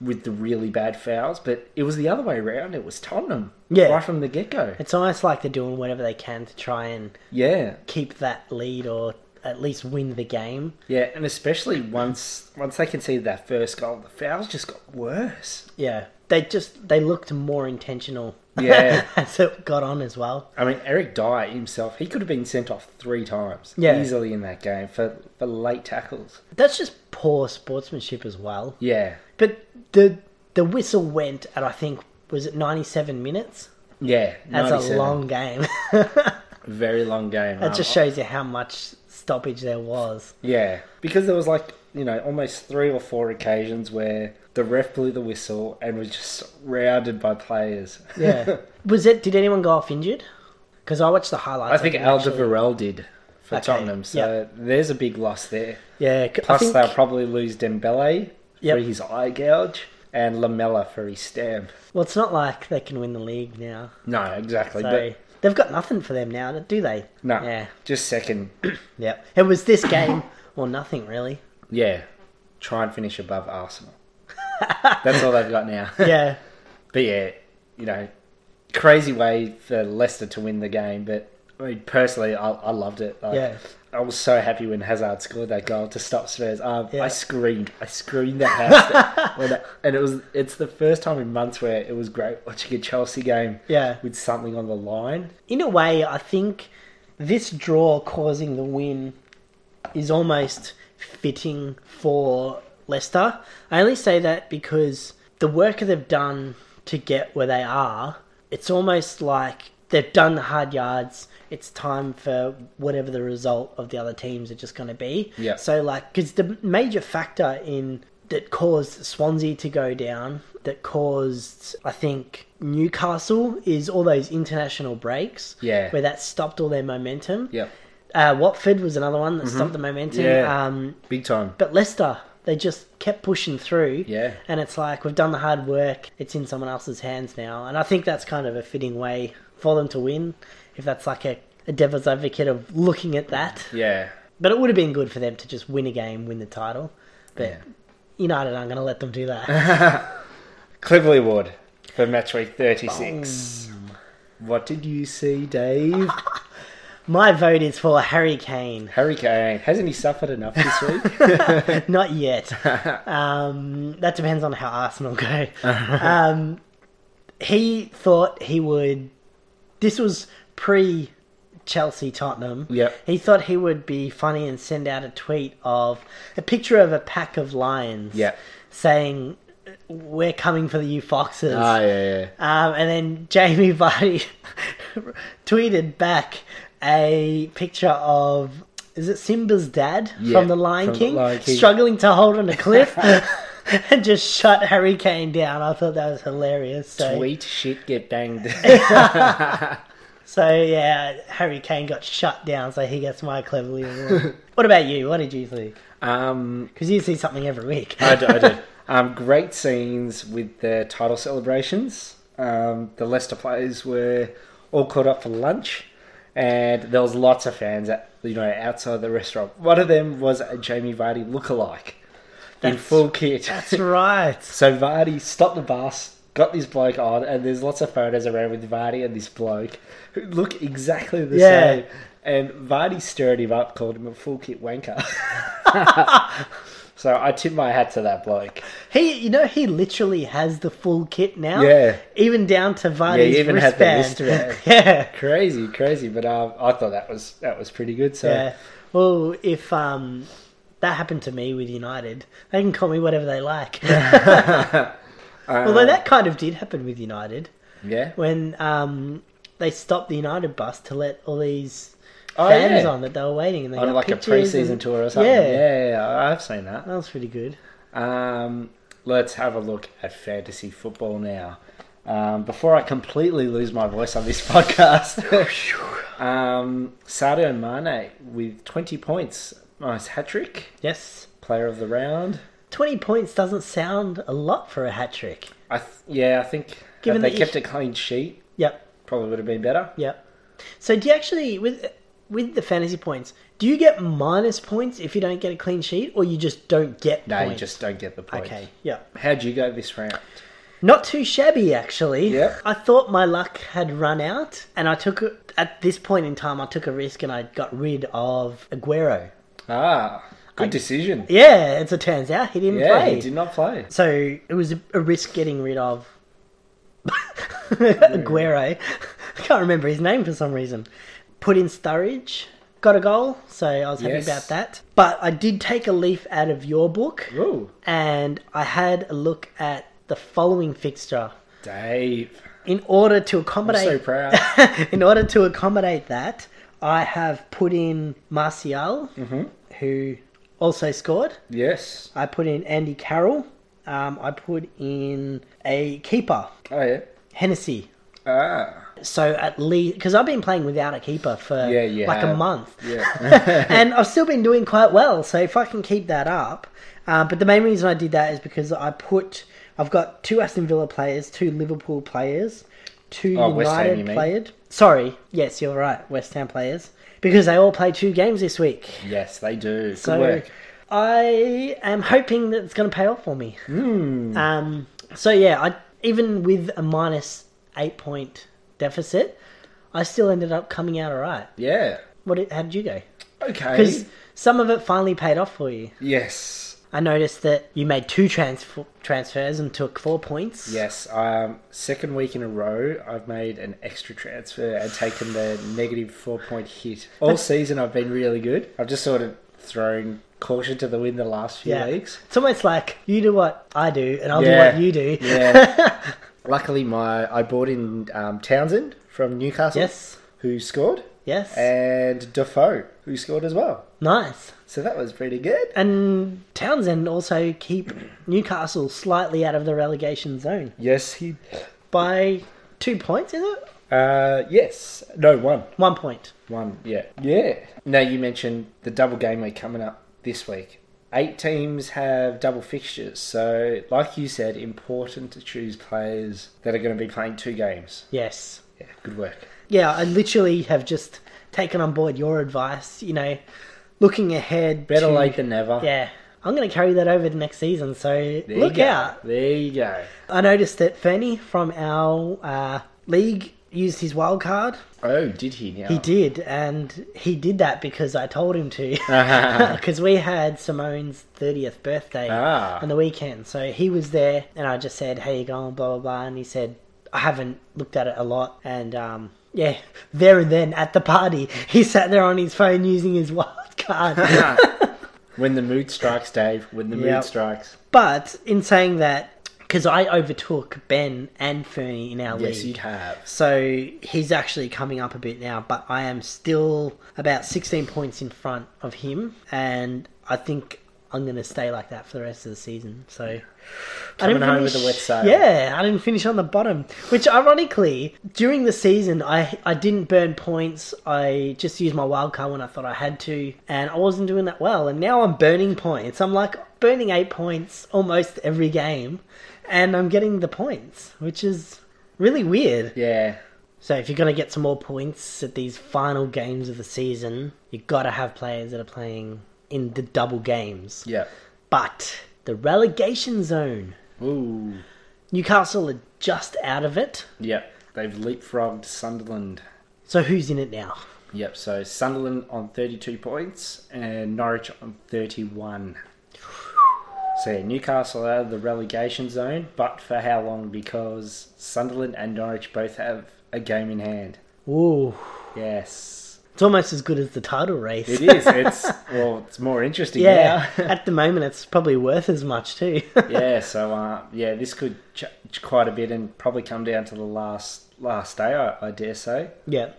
[SPEAKER 1] with the really bad fouls, but it was the other way around. It was Tottenham,
[SPEAKER 2] Yeah.
[SPEAKER 1] right from the get go.
[SPEAKER 2] It's almost like they're doing whatever they can to try and
[SPEAKER 1] Yeah,
[SPEAKER 2] keep that lead or at least win the game.
[SPEAKER 1] yeah, and especially once once they conceded that first goal, the fouls just got worse.
[SPEAKER 2] Yeah, they just they looked more intentional.
[SPEAKER 1] Yeah.
[SPEAKER 2] as it got on as well.
[SPEAKER 1] I mean, Eric Dyer himself, he could have been sent off three times
[SPEAKER 2] Yeah.
[SPEAKER 1] easily in that game for, for late tackles.
[SPEAKER 2] That's just poor sportsmanship as well.
[SPEAKER 1] Yeah,
[SPEAKER 2] But the the whistle went at I think was it ninety seven minutes?
[SPEAKER 1] yeah,
[SPEAKER 2] That's
[SPEAKER 1] 97.
[SPEAKER 2] a long game.
[SPEAKER 1] very long game.
[SPEAKER 2] that just shows you how much stoppage there was.
[SPEAKER 1] Yeah, because there was like you know almost three or four occasions where the ref blew the whistle and was just rounded by players.
[SPEAKER 2] Yeah. was it? Did anyone go off injured? Because I watched the highlights.
[SPEAKER 1] I think
[SPEAKER 2] didn't actually-
[SPEAKER 1] Alderweireld did for
[SPEAKER 2] Okay,
[SPEAKER 1] Tottenham, so there's a big loss there.
[SPEAKER 2] Yeah. c- I
[SPEAKER 1] Plus,
[SPEAKER 2] think-
[SPEAKER 1] they'll probably lose Dembele
[SPEAKER 2] Yep.
[SPEAKER 1] for his eye gouge and Lamella for his stamp.
[SPEAKER 2] well, it's not like they can win the league now.
[SPEAKER 1] No, exactly.
[SPEAKER 2] So
[SPEAKER 1] But
[SPEAKER 2] they've got nothing for them now, do they?
[SPEAKER 1] no,
[SPEAKER 2] Yeah.
[SPEAKER 1] just second.
[SPEAKER 2] Yep. It was this game or nothing really.
[SPEAKER 1] Yeah, try and finish above Arsenal. That's all they've got now.
[SPEAKER 2] Yeah.
[SPEAKER 1] But yeah, you know, crazy way for Leicester to win the game. But I mean, personally, I, I loved it. Like,
[SPEAKER 2] Yeah.
[SPEAKER 1] I was so happy when Hazard scored that goal to stop Spurs. Um,
[SPEAKER 2] Yeah.
[SPEAKER 1] I screamed, I screamed the house, when that- and it was it's the first time in months where it was great watching a Chelsea game.
[SPEAKER 2] Yeah.
[SPEAKER 1] with something on the line.
[SPEAKER 2] in a way, I think this draw causing the win is almost fitting for Leicester. I only say that because the work they've done to get where they are, it's almost like they've done the hard yards. It's time for whatever the result of the other teams are just going to be.
[SPEAKER 1] Yeah.
[SPEAKER 2] So, like, because the major factor in that caused Swansea to go down, that caused, I think, Newcastle is all those international breaks.
[SPEAKER 1] Yeah.
[SPEAKER 2] Where that stopped all their momentum.
[SPEAKER 1] Yeah, Mm-hmm.
[SPEAKER 2] Uh, Watford was another one that stopped the momentum.
[SPEAKER 1] Yeah.
[SPEAKER 2] Um,
[SPEAKER 1] big time.
[SPEAKER 2] but Leicester, they just kept pushing through.
[SPEAKER 1] Yeah.
[SPEAKER 2] And it's like, we've done the hard work. It's in someone else's hands now. And I think that's kind of a fitting way for them to win, if that's like a, a devil's advocate of looking at that.
[SPEAKER 1] Yeah,
[SPEAKER 2] But it would have been good for them to just win a game, win the title. But United aren't going to let them do that.
[SPEAKER 1] Cliveley Ward for match week thirty six. What did you see, Dave?
[SPEAKER 2] My vote is for Harry Kane.
[SPEAKER 1] Harry Kane hasn't he suffered enough this week?
[SPEAKER 2] Not yet. um, that depends on how Arsenal go. um, he thought he would. This was pre Chelsea Tottenham.
[SPEAKER 1] Yep.
[SPEAKER 2] He thought he would be funny and send out a tweet of a picture of a pack of lions.
[SPEAKER 1] Yep.
[SPEAKER 2] Saying, "We're coming for you, foxes."
[SPEAKER 1] Ah, yeah, yeah.
[SPEAKER 2] Um, and then Jamie Vardy tweeted back a picture of is it Simba's dad
[SPEAKER 1] Yeah,
[SPEAKER 2] from The Lion
[SPEAKER 1] from The
[SPEAKER 2] King
[SPEAKER 1] Lion King.
[SPEAKER 2] struggling to hold on a cliff and just shut Harry Kane down. I thought that was hilarious. So
[SPEAKER 1] Sweet shit, get banged.
[SPEAKER 2] So yeah, Harry Kane got shut down, so he gets my clever award. what about you? What did you think?
[SPEAKER 1] Um,
[SPEAKER 2] Because you see something every week.
[SPEAKER 1] I did. I did. Um, great scenes with the title celebrations. Um, the Leicester players were all caught up for lunch, and there was lots of fans at you know outside the restaurant. One of them was a Jamie Vardy lookalike in
[SPEAKER 2] That's-
[SPEAKER 1] full kit.
[SPEAKER 2] That's right.
[SPEAKER 1] So Vardy stopped the bus, got this bloke on, and there's lots of photos around with Vardy and this bloke who look exactly the
[SPEAKER 2] Yeah.
[SPEAKER 1] same. And Vardy stirred him up, called him a full kit wanker. so I tip my hat to that bloke.
[SPEAKER 2] He, you know, he literally has the full kit now.
[SPEAKER 1] Yeah.
[SPEAKER 2] Even down to Vardy's
[SPEAKER 1] he even had the
[SPEAKER 2] wristband.
[SPEAKER 1] wristband.
[SPEAKER 2] yeah.
[SPEAKER 1] Crazy, crazy, but um, I thought that was that was pretty good. So
[SPEAKER 2] Yeah. Well, if um, that happened to me with United, they can call me whatever they like.
[SPEAKER 1] Uh,
[SPEAKER 2] Although that kind of did happen with United
[SPEAKER 1] yeah,
[SPEAKER 2] when um, they stopped the United bus to let all these
[SPEAKER 1] Oh,
[SPEAKER 2] fans
[SPEAKER 1] yeah.
[SPEAKER 2] on that they were waiting, and they
[SPEAKER 1] on
[SPEAKER 2] got
[SPEAKER 1] like a
[SPEAKER 2] pictures
[SPEAKER 1] pre-season
[SPEAKER 2] and-
[SPEAKER 1] tour or something.
[SPEAKER 2] Yeah.
[SPEAKER 1] Yeah, yeah, yeah, I've seen that.
[SPEAKER 2] that was pretty good.
[SPEAKER 1] Um, let's have a look at fantasy football now. Um, before I completely lose my voice on this podcast, um, Sadio Mane with 20 points. Nice hat trick,
[SPEAKER 2] Yes.
[SPEAKER 1] player of the round.
[SPEAKER 2] Twenty points doesn't sound a lot for a hat trick.
[SPEAKER 1] I th- yeah, I think
[SPEAKER 2] Given
[SPEAKER 1] if they
[SPEAKER 2] that
[SPEAKER 1] kept
[SPEAKER 2] you-
[SPEAKER 1] a clean sheet,
[SPEAKER 2] Yep.
[SPEAKER 1] probably would have been better.
[SPEAKER 2] Yep. So do you actually with with the fantasy points? Do you get minus points if you don't get a clean sheet, or you just don't get?
[SPEAKER 1] No, you
[SPEAKER 2] points?
[SPEAKER 1] just don't get the point.
[SPEAKER 2] Okay. Yeah.
[SPEAKER 1] How'd you go this round?
[SPEAKER 2] Not too shabby, actually.
[SPEAKER 1] Yep.
[SPEAKER 2] I thought my luck had run out, and I took a- at this point in time, I took a risk and I got rid of Aguero.
[SPEAKER 1] Ah, good decision.
[SPEAKER 2] Yeah, as it turns out, he didn't
[SPEAKER 1] Yeah,
[SPEAKER 2] play.
[SPEAKER 1] he did not play.
[SPEAKER 2] So it was a, a risk getting rid of Aguero. I can't remember his name for some reason. Put in Sturridge, got a goal, so I was happy
[SPEAKER 1] Yes.
[SPEAKER 2] about that. But I did take a leaf out of your book,
[SPEAKER 1] Ooh,
[SPEAKER 2] and I had a look at the following fixture
[SPEAKER 1] Dave.
[SPEAKER 2] in order to
[SPEAKER 1] I'm
[SPEAKER 2] accommodate
[SPEAKER 1] so proud.
[SPEAKER 2] in order to accommodate that, I have put in Martial,
[SPEAKER 1] Mm-hmm.
[SPEAKER 2] who also scored.
[SPEAKER 1] yes.
[SPEAKER 2] I put in Andy Carroll. Um, I put in a keeper,
[SPEAKER 1] Oh, yeah.
[SPEAKER 2] Hennessy.
[SPEAKER 1] Ah,
[SPEAKER 2] So at least, because I've been playing without a keeper for
[SPEAKER 1] Yeah, you
[SPEAKER 2] like a
[SPEAKER 1] have.
[SPEAKER 2] month,
[SPEAKER 1] yeah.
[SPEAKER 2] and I've still been doing quite well. So if I can keep that up, um, but the main reason I did that is because I put I've got two Aston Villa players, two Liverpool players, two
[SPEAKER 1] Oh, West Ham, you
[SPEAKER 2] United
[SPEAKER 1] mean?
[SPEAKER 2] players. Sorry, yes, you're right, West Ham players, because they all play two games this week.
[SPEAKER 1] Yes, they do.
[SPEAKER 2] So
[SPEAKER 1] Good work.
[SPEAKER 2] I am hoping that it's going to pay off for me.
[SPEAKER 1] Hmm.
[SPEAKER 2] Um, so yeah, I even with a minus eight point deficit, I still ended up coming out alright.
[SPEAKER 1] Yeah.
[SPEAKER 2] What? did- How did you go? Because
[SPEAKER 1] Okay.
[SPEAKER 2] some of it finally paid off for you.
[SPEAKER 1] Yes.
[SPEAKER 2] I noticed that you made two transfer- transfers and took four points.
[SPEAKER 1] Yes. Um, second week in a row, I've made an extra transfer and taken the negative four point hit. All season, I've been really good. I've just sort of thrown caution to the wind the last few
[SPEAKER 2] Yeah.
[SPEAKER 1] weeks.
[SPEAKER 2] It's almost like you do what I do and I'll
[SPEAKER 1] Yeah.
[SPEAKER 2] do what you do.
[SPEAKER 1] Yeah. Luckily, my I bought in um, Townsend from Newcastle.
[SPEAKER 2] Yes.
[SPEAKER 1] Who scored?
[SPEAKER 2] Yes.
[SPEAKER 1] And Defoe, who scored as well.
[SPEAKER 2] nice.
[SPEAKER 1] So that was pretty good.
[SPEAKER 2] And Townsend also keep Newcastle slightly out of the relegation zone
[SPEAKER 1] Yes, he.
[SPEAKER 2] by two points, is it?
[SPEAKER 1] Uh, yes. No, one.
[SPEAKER 2] One point.
[SPEAKER 1] One, yeah. Yeah. Now, you mentioned the double game week coming up this week. Eight teams have double fixtures, so, like you said, important to choose players that are going to be playing two games.
[SPEAKER 2] Yes.
[SPEAKER 1] Yeah, good work.
[SPEAKER 2] Yeah, I literally have just taken on board your advice, you know, looking ahead.
[SPEAKER 1] Better
[SPEAKER 2] to-
[SPEAKER 1] late than never.
[SPEAKER 2] Yeah. I'm going to carry that over to next season, so
[SPEAKER 1] There
[SPEAKER 2] look
[SPEAKER 1] you go.
[SPEAKER 2] out.
[SPEAKER 1] There you go.
[SPEAKER 2] I noticed that Fernie from our uh, league used his wild card.
[SPEAKER 1] Oh, did he now?
[SPEAKER 2] He did, and he did that because I told him to. Because we had Simone's 30th birthday
[SPEAKER 1] Ah.
[SPEAKER 2] on the weekend. So he was there, and I just said, How you going? Blah, blah, blah. And he said, I haven't looked at it a lot. And um, yeah, there and then at the party, he sat there on his phone using his wild card.
[SPEAKER 1] When the mood strikes, Dave. When the
[SPEAKER 2] Yep.
[SPEAKER 1] mood strikes.
[SPEAKER 2] But in saying that, because I overtook Ben and Fernie in our
[SPEAKER 1] Yes, you
[SPEAKER 2] league,
[SPEAKER 1] have.
[SPEAKER 2] so he's actually coming up a bit now. But I am still about 16 points in front of him, and I think I'm going to stay like that for the rest of the season. So
[SPEAKER 1] Coming home with the wet sail.
[SPEAKER 2] Yeah, I didn't finish on the bottom. Which, ironically, during the season, I I didn't burn points. I just used my wild card when I thought I had to, and I wasn't doing that well. And now I'm burning points. I'm like burning eight points almost every game, and I'm getting the points, which is really weird.
[SPEAKER 1] Yeah.
[SPEAKER 2] So if you're going to get some more points at these final games of the season, you've got to have players that are playing in the double games.
[SPEAKER 1] Yeah.
[SPEAKER 2] But the relegation zone,
[SPEAKER 1] Ooh.
[SPEAKER 2] Newcastle are just out of it.
[SPEAKER 1] Yep. They've leapfrogged Sunderland.
[SPEAKER 2] So who's in it now?
[SPEAKER 1] Yep. So Sunderland on 32 points and Norwich on 31. So yeah, Newcastle out of the relegation zone, but for how long? Because Sunderland and Norwich both have a game in hand.
[SPEAKER 2] Ooh,
[SPEAKER 1] Yes.
[SPEAKER 2] it's almost as good as the title race.
[SPEAKER 1] It is. It's well. It's more interesting.
[SPEAKER 2] yeah,
[SPEAKER 1] now.
[SPEAKER 2] at the moment it's probably worth as much too.
[SPEAKER 1] yeah, so uh, yeah, this could change quite a bit and probably come down to the last last day, I, I dare say.
[SPEAKER 2] yeah.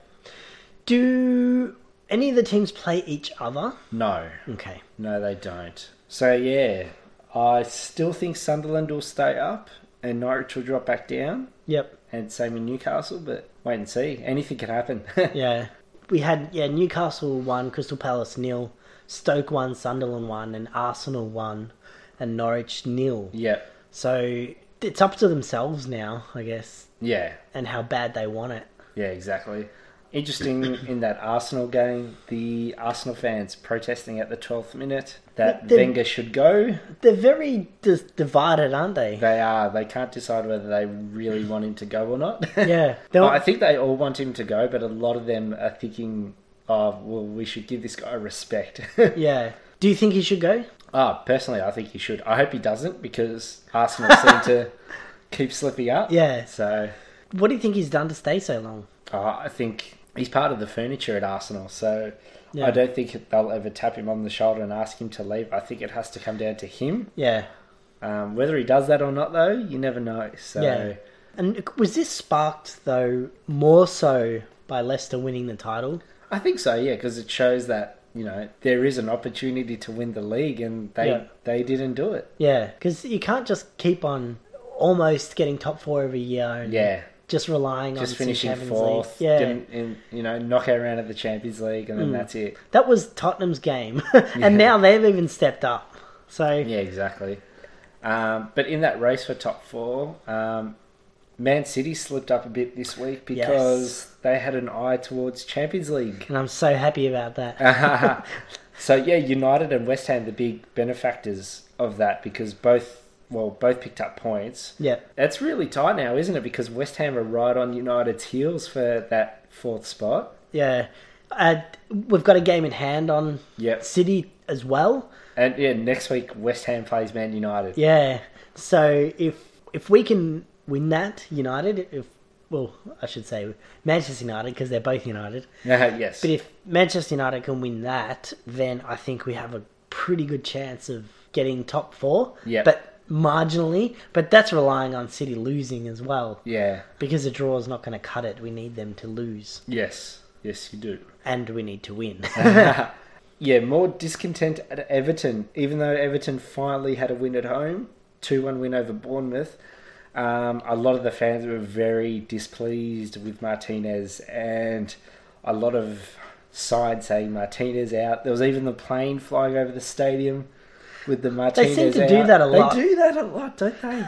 [SPEAKER 2] Do any of the teams play each other?
[SPEAKER 1] No,
[SPEAKER 2] Okay.
[SPEAKER 1] no, they don't. So yeah, I still think Sunderland will stay up and Norwich will drop back down,
[SPEAKER 2] Yep.
[SPEAKER 1] and same in Newcastle. But wait and see, anything can happen.
[SPEAKER 2] Yeah. We had yeah, Newcastle one, Crystal Palace nil, Stoke one, Sunderland one, and Arsenal one, and Norwich nil.
[SPEAKER 1] Yep.
[SPEAKER 2] So it's up to themselves now, I guess,
[SPEAKER 1] Yeah.
[SPEAKER 2] and how bad they want it.
[SPEAKER 1] Yeah. Exactly. Interesting in that Arsenal game, the Arsenal fans protesting at the 12th minute that
[SPEAKER 2] The-
[SPEAKER 1] Wenger should go.
[SPEAKER 2] They're very dis- divided, aren't they?
[SPEAKER 1] They are. They can't decide whether they really want him to go or not.
[SPEAKER 2] Yeah.
[SPEAKER 1] Well,
[SPEAKER 2] They'll-
[SPEAKER 1] I think they all want him to go, but a lot of them are thinking, oh, well, we should give this guy respect.
[SPEAKER 2] yeah. Do you think he should go?
[SPEAKER 1] Ah, personally, I think he should. I hope he doesn't because Arsenal seem to keep slipping up.
[SPEAKER 2] Yeah.
[SPEAKER 1] So
[SPEAKER 2] What do you think he's done to stay so long?
[SPEAKER 1] ah, I think he's part of the furniture at Arsenal. So
[SPEAKER 2] Yeah.
[SPEAKER 1] I don't think they'll ever tap him on the shoulder and ask him to leave. I think it has to come down to him.
[SPEAKER 2] Yeah.
[SPEAKER 1] Um, whether he does that or not, though, you never know. So.
[SPEAKER 2] Yeah. And was this sparked though more so by Leicester winning the title?
[SPEAKER 1] I think so, yeah, because it shows that you know there is an opportunity to win the league, and they
[SPEAKER 2] Yeah.
[SPEAKER 1] they didn't do it.
[SPEAKER 2] Yeah, because you can't just keep on almost getting top four every year and
[SPEAKER 1] Yeah,
[SPEAKER 2] just relying
[SPEAKER 1] just
[SPEAKER 2] on
[SPEAKER 1] finishing
[SPEAKER 2] Champions
[SPEAKER 1] fourth,
[SPEAKER 2] League. Yeah, Mm.
[SPEAKER 1] getting in, you know knockout round of the Champions League, and then that's it.
[SPEAKER 2] that was Tottenham's game, and now they've even stepped up. So
[SPEAKER 1] Yeah, exactly. Um, but in that race for top four, um, Man City slipped up a bit this week because they had an eye towards Champions League.
[SPEAKER 2] and I'm so happy about that.
[SPEAKER 1] Uh. So yeah, United and West Ham the big benefactors of that because both well both picked up points.
[SPEAKER 2] Yeah.
[SPEAKER 1] That's really tight now, isn't it? Because West Ham are right on United's heels for that fourth spot.
[SPEAKER 2] yeah, uh, we've got a game in hand on
[SPEAKER 1] Yep.
[SPEAKER 2] City as well.
[SPEAKER 1] And yeah, next week West Ham plays Man United.
[SPEAKER 2] Yeah, so if if we can win that United, if well, I should say Manchester United because they're both United.
[SPEAKER 1] yes.
[SPEAKER 2] But if Manchester United can win that, then I think we have a pretty good chance of getting top four.
[SPEAKER 1] Yep.
[SPEAKER 2] But marginally. But that's relying on City losing as well.
[SPEAKER 1] yeah.
[SPEAKER 2] Because a draw is not going to cut it. We need them to lose.
[SPEAKER 1] Yes. Yes, you do.
[SPEAKER 2] And we need to win.
[SPEAKER 1] Yeah, more discontent at Everton, even though Everton finally had a win at home, 2 1 win over Bournemouth. Um, a lot of the fans were very displeased with Martinez, and a lot of sides saying Martinez out. There was even the plane flying over the stadium with the Martinez
[SPEAKER 2] to
[SPEAKER 1] out.
[SPEAKER 2] do that a lot.
[SPEAKER 1] They do that a lot, don't they?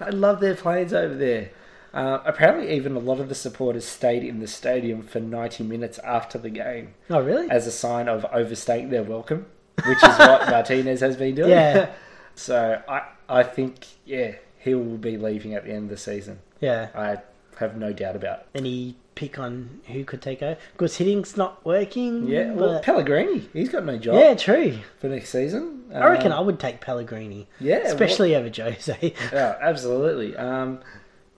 [SPEAKER 1] I love their planes over there. Uh, apparently, even a lot of the supporters stayed in the stadium for 90 minutes after the game
[SPEAKER 2] oh, really?
[SPEAKER 1] as a sign of overstaying their welcome, which is what Martinez has been doing.
[SPEAKER 2] Yeah.
[SPEAKER 1] so I I think yeah he will be leaving at the end of the season.
[SPEAKER 2] yeah.
[SPEAKER 1] I have no doubt about. It.
[SPEAKER 2] Any pick on who could take over? Because hitting's not working.
[SPEAKER 1] Yeah, well
[SPEAKER 2] but-
[SPEAKER 1] Pellegrini, he's got no job
[SPEAKER 2] yeah, true.
[SPEAKER 1] for next season.
[SPEAKER 2] I reckon
[SPEAKER 1] Um,
[SPEAKER 2] I would take Pellegrini.
[SPEAKER 1] Yeah, well-
[SPEAKER 2] Especially over Jose.
[SPEAKER 1] yeah, absolutely. Um,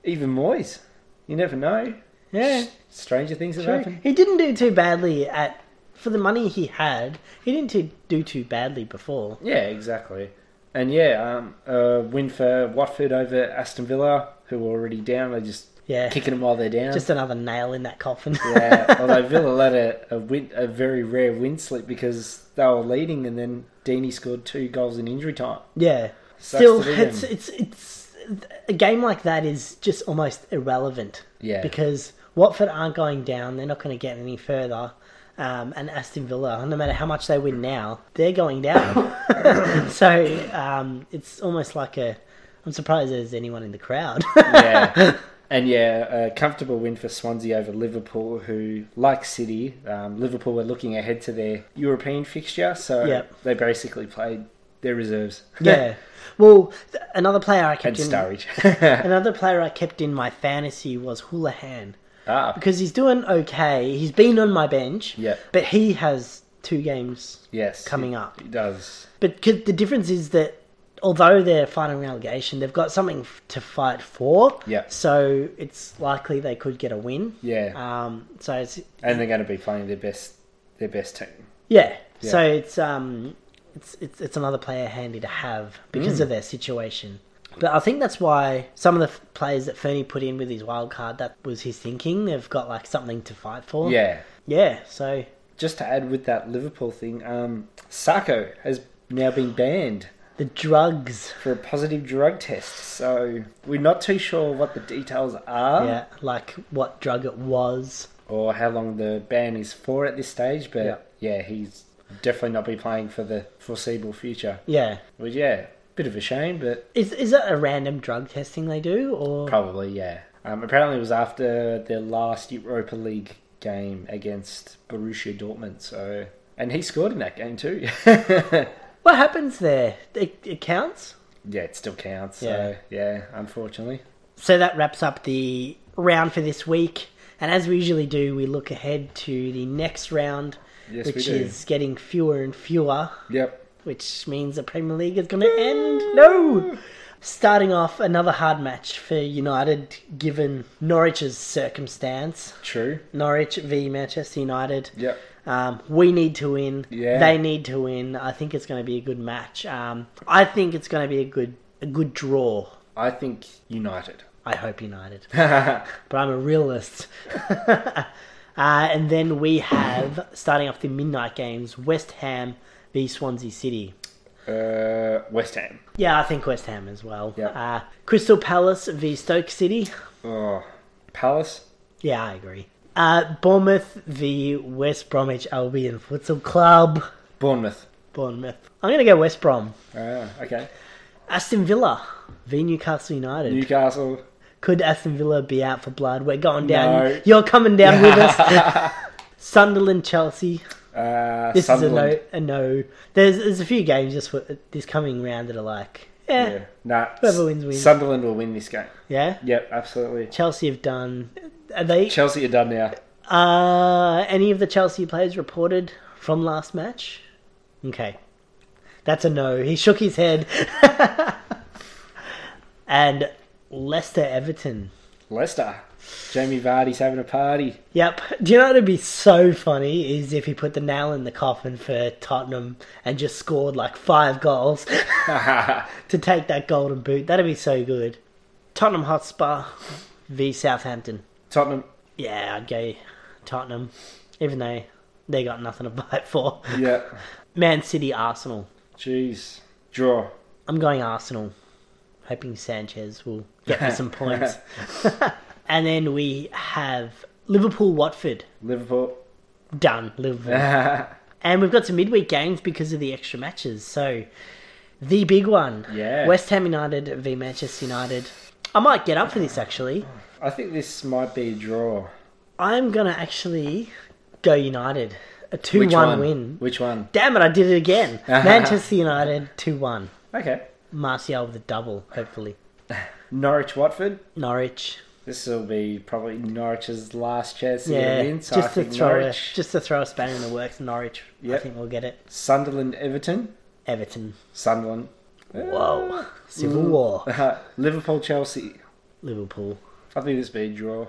[SPEAKER 1] even Moyes, you never know.
[SPEAKER 2] yeah.
[SPEAKER 1] Stranger things have
[SPEAKER 2] True.
[SPEAKER 1] happened.
[SPEAKER 2] He didn't do too badly at for the money he had. He didn't too, do too badly before.
[SPEAKER 1] Yeah, exactly. And yeah, um, a win for Watford over Aston Villa, who were already down. They just
[SPEAKER 2] Yeah.
[SPEAKER 1] kicking them while they're down.
[SPEAKER 2] Just another nail in that coffin.
[SPEAKER 1] yeah, although Villa let a a, win, a very rare win slip because they were leading, and then Deeney scored two goals in injury time.
[SPEAKER 2] Yeah.
[SPEAKER 1] Sucks
[SPEAKER 2] Still,
[SPEAKER 1] to be
[SPEAKER 2] it's,
[SPEAKER 1] them.
[SPEAKER 2] it's it's a game like that is just almost irrelevant.
[SPEAKER 1] Yeah.
[SPEAKER 2] Because Watford aren't going down; they're not going to get any further. Um, and Aston Villa, no matter how much they win now, they're going down. so um, it's almost like a. I'm surprised there's anyone in the crowd.
[SPEAKER 1] yeah. And yeah, a comfortable win for Swansea over Liverpool, who, like City, um, Liverpool were looking ahead to their European fixture, so
[SPEAKER 2] Yep.
[SPEAKER 1] they basically played their reserves.
[SPEAKER 2] yeah. Well, th- another player I
[SPEAKER 1] and
[SPEAKER 2] kept in
[SPEAKER 1] Sturridge.
[SPEAKER 2] another player I kept in my fantasy was Houlihan.
[SPEAKER 1] ah,
[SPEAKER 2] because he's doing okay. He's been on my bench.
[SPEAKER 1] Yeah.
[SPEAKER 2] But he has two games.
[SPEAKER 1] yes,
[SPEAKER 2] coming
[SPEAKER 1] it-
[SPEAKER 2] up.
[SPEAKER 1] It does.
[SPEAKER 2] But c- the difference is that although they're fighting relegation, they've got something f- to fight for.
[SPEAKER 1] Yeah.
[SPEAKER 2] So it's likely they could get a win.
[SPEAKER 1] Yeah,
[SPEAKER 2] Um. So it's
[SPEAKER 1] and they're going to be playing their best, their best team.
[SPEAKER 2] yeah.
[SPEAKER 1] Yeah.
[SPEAKER 2] So it's um. It's, it's, it's another player handy to have
[SPEAKER 1] Mm.
[SPEAKER 2] because of their situation. But I think that's why some of the f- players that Fernie put in with his wild card, that was his thinking. They've got like something to fight for.
[SPEAKER 1] Yeah.
[SPEAKER 2] Yeah. So
[SPEAKER 1] Just to add with that Liverpool thing, um, Sacco has now been banned
[SPEAKER 2] the drugs.
[SPEAKER 1] for a positive drug test, so we're not too sure what the details are.
[SPEAKER 2] Yeah, like what drug it was.
[SPEAKER 1] or how long the ban is for at this stage. But yeah, he's definitely not be playing for the foreseeable future.
[SPEAKER 2] Yeah.
[SPEAKER 1] Which yeah, bit of a shame, but
[SPEAKER 2] Is is that a random drug testing they do or
[SPEAKER 1] probably yeah. Um, apparently, it was after their last Europa League game against Borussia Dortmund. So and he scored in that game too. yeah,
[SPEAKER 2] what happens there? It, it counts.
[SPEAKER 1] it still counts.
[SPEAKER 2] Yeah.
[SPEAKER 1] So yeah, unfortunately.
[SPEAKER 2] So that wraps up the round for this week. And as we usually do, we look ahead to the next round,
[SPEAKER 1] Yes, we
[SPEAKER 2] which
[SPEAKER 1] do.
[SPEAKER 2] is getting fewer and fewer,
[SPEAKER 1] Yep.
[SPEAKER 2] which means the Premier League is going to end. No. Starting off another hard match for United, given Norwich's circumstance.
[SPEAKER 1] True.
[SPEAKER 2] Norwich v Manchester United.
[SPEAKER 1] Yep.
[SPEAKER 2] Um, we need to win.
[SPEAKER 1] Yeah.
[SPEAKER 2] They need to win. I think it's going to be a good match. Um, I think it's going to be a good a good draw.
[SPEAKER 1] I think United.
[SPEAKER 2] I hope United, but I'm a realist. uh, and then we have starting off the midnight games: West Ham v Swansea City.
[SPEAKER 1] Uh, West Ham.
[SPEAKER 2] Yeah, I think West Ham as well.
[SPEAKER 1] Yeah.
[SPEAKER 2] Uh, Crystal Palace v Stoke City.
[SPEAKER 1] Oh, Palace.
[SPEAKER 2] Yeah, I agree. Uh, Bournemouth v West Bromwich Albion Futsal Club.
[SPEAKER 1] Bournemouth.
[SPEAKER 2] Bournemouth. I'm going to go West Brom.
[SPEAKER 1] Ah, okay.
[SPEAKER 2] Aston Villa v Newcastle United.
[SPEAKER 1] Newcastle.
[SPEAKER 2] Could Aston Villa be out for blood? We're going down.
[SPEAKER 1] No.
[SPEAKER 2] You're coming down with us. Sunderland, Chelsea.
[SPEAKER 1] Uh,
[SPEAKER 2] This
[SPEAKER 1] Sunderland.
[SPEAKER 2] is a no. A no. There's there's a few games this wa- this coming round that are like, eh, yeah, yeah.
[SPEAKER 1] Yeah. Nah.
[SPEAKER 2] Whoever wins, wins.
[SPEAKER 1] Sunderland will win this game. Yep, absolutely.
[SPEAKER 2] Chelsea have done. Are they?
[SPEAKER 1] Chelsea are done now.
[SPEAKER 2] Uh, any of the Chelsea players reported from last match? Okay. That's a no. He shook his head. and Leicester Everton.
[SPEAKER 1] Leicester. Jamie Vardy's having a party.
[SPEAKER 2] Yep. Do you know what would be so funny is if he put the nail in the coffin for Tottenham and just scored like five goals to take that golden boot. That'd be so good. Tottenham Hotspur v Southampton.
[SPEAKER 1] Tottenham.
[SPEAKER 2] Yeah, I'd go Tottenham, even though they got nothing to fight for.
[SPEAKER 1] Yeah.
[SPEAKER 2] Man City Arsenal.
[SPEAKER 1] Jeez. Draw.
[SPEAKER 2] I'm going Arsenal, hoping Sanchez will get me some points. and then we have Liverpool Watford.
[SPEAKER 1] Liverpool.
[SPEAKER 2] Done, Liverpool. and we've got some midweek games because of the extra matches. So the big one.
[SPEAKER 1] Yeah.
[SPEAKER 2] West Ham United v Manchester United. I might get up for this actually.
[SPEAKER 1] I think this might be a draw.
[SPEAKER 2] I'm going to actually go United. A 2
[SPEAKER 1] Which
[SPEAKER 2] 1
[SPEAKER 1] one?
[SPEAKER 2] win.
[SPEAKER 1] Which one?
[SPEAKER 2] Damn it, I did it again. Manchester United 2 1.
[SPEAKER 1] Okay.
[SPEAKER 2] Martial with a double, hopefully.
[SPEAKER 1] Norwich Watford.
[SPEAKER 2] Norwich.
[SPEAKER 1] This will be probably Norwich's last chance to get
[SPEAKER 2] Yeah,
[SPEAKER 1] a win. So I
[SPEAKER 2] just to
[SPEAKER 1] think
[SPEAKER 2] throw a,
[SPEAKER 1] Norwich.
[SPEAKER 2] just to throw a spanner in the works. Norwich,
[SPEAKER 1] Yep.
[SPEAKER 2] I think we'll get it.
[SPEAKER 1] Sunderland Everton.
[SPEAKER 2] Everton,
[SPEAKER 1] Sunderland.
[SPEAKER 2] whoa, civil
[SPEAKER 1] Mm.
[SPEAKER 2] war.
[SPEAKER 1] Liverpool Chelsea.
[SPEAKER 2] Liverpool.
[SPEAKER 1] I think this will be a draw.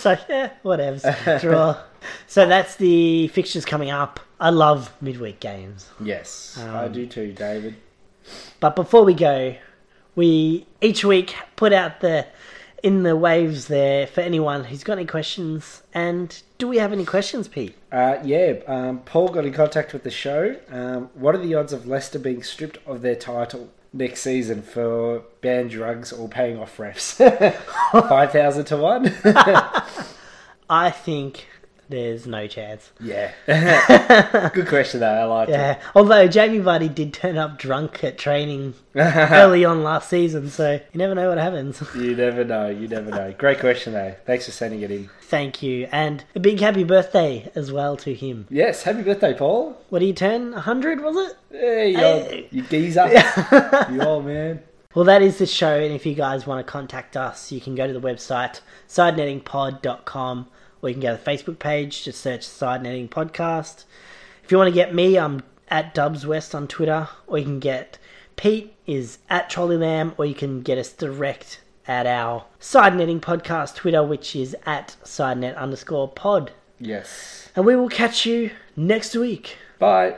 [SPEAKER 2] So yeah, whatever. Draw. so that's the fixtures coming up. I love midweek games.
[SPEAKER 1] Yes. I do too, David.
[SPEAKER 2] But before we go, we each week put out the in the waves there for anyone who's got any questions. And do we have any questions, Pete?
[SPEAKER 1] Uh, yeah, um, Paul got in contact with the show. Um, what are the odds of Leicester being stripped of their title next season for banned drugs or paying off refs? 5,000 to 1?
[SPEAKER 2] I think there's no chance.
[SPEAKER 1] yeah. Good question, though. I like it.
[SPEAKER 2] Yeah. Although Jamie Vardy did turn up drunk at training early on last season, so you never know what happens.
[SPEAKER 1] You never know. You never know. Great question, though. Thanks for sending it in.
[SPEAKER 2] Thank you, and a big happy birthday as well to him.
[SPEAKER 1] Yes, happy birthday, Paul.
[SPEAKER 2] What do you turn? 100, was it?
[SPEAKER 1] Hey, you, old,
[SPEAKER 2] Hey.
[SPEAKER 1] you geezer. you old man.
[SPEAKER 2] Well, that is the show, and if you guys want to contact us, you can go to the website sidenettingpod.com or you can go to the Facebook page, just search Side Netting Podcast. If you want to get me, I'm at Dubs West on Twitter, or you can get Pete is at Trolley Lamb, or you can get us direct at our Side Netting Podcast Twitter, which is at sidenet underscore pod.
[SPEAKER 1] Yes.
[SPEAKER 2] And we will catch you next week.
[SPEAKER 1] Bye.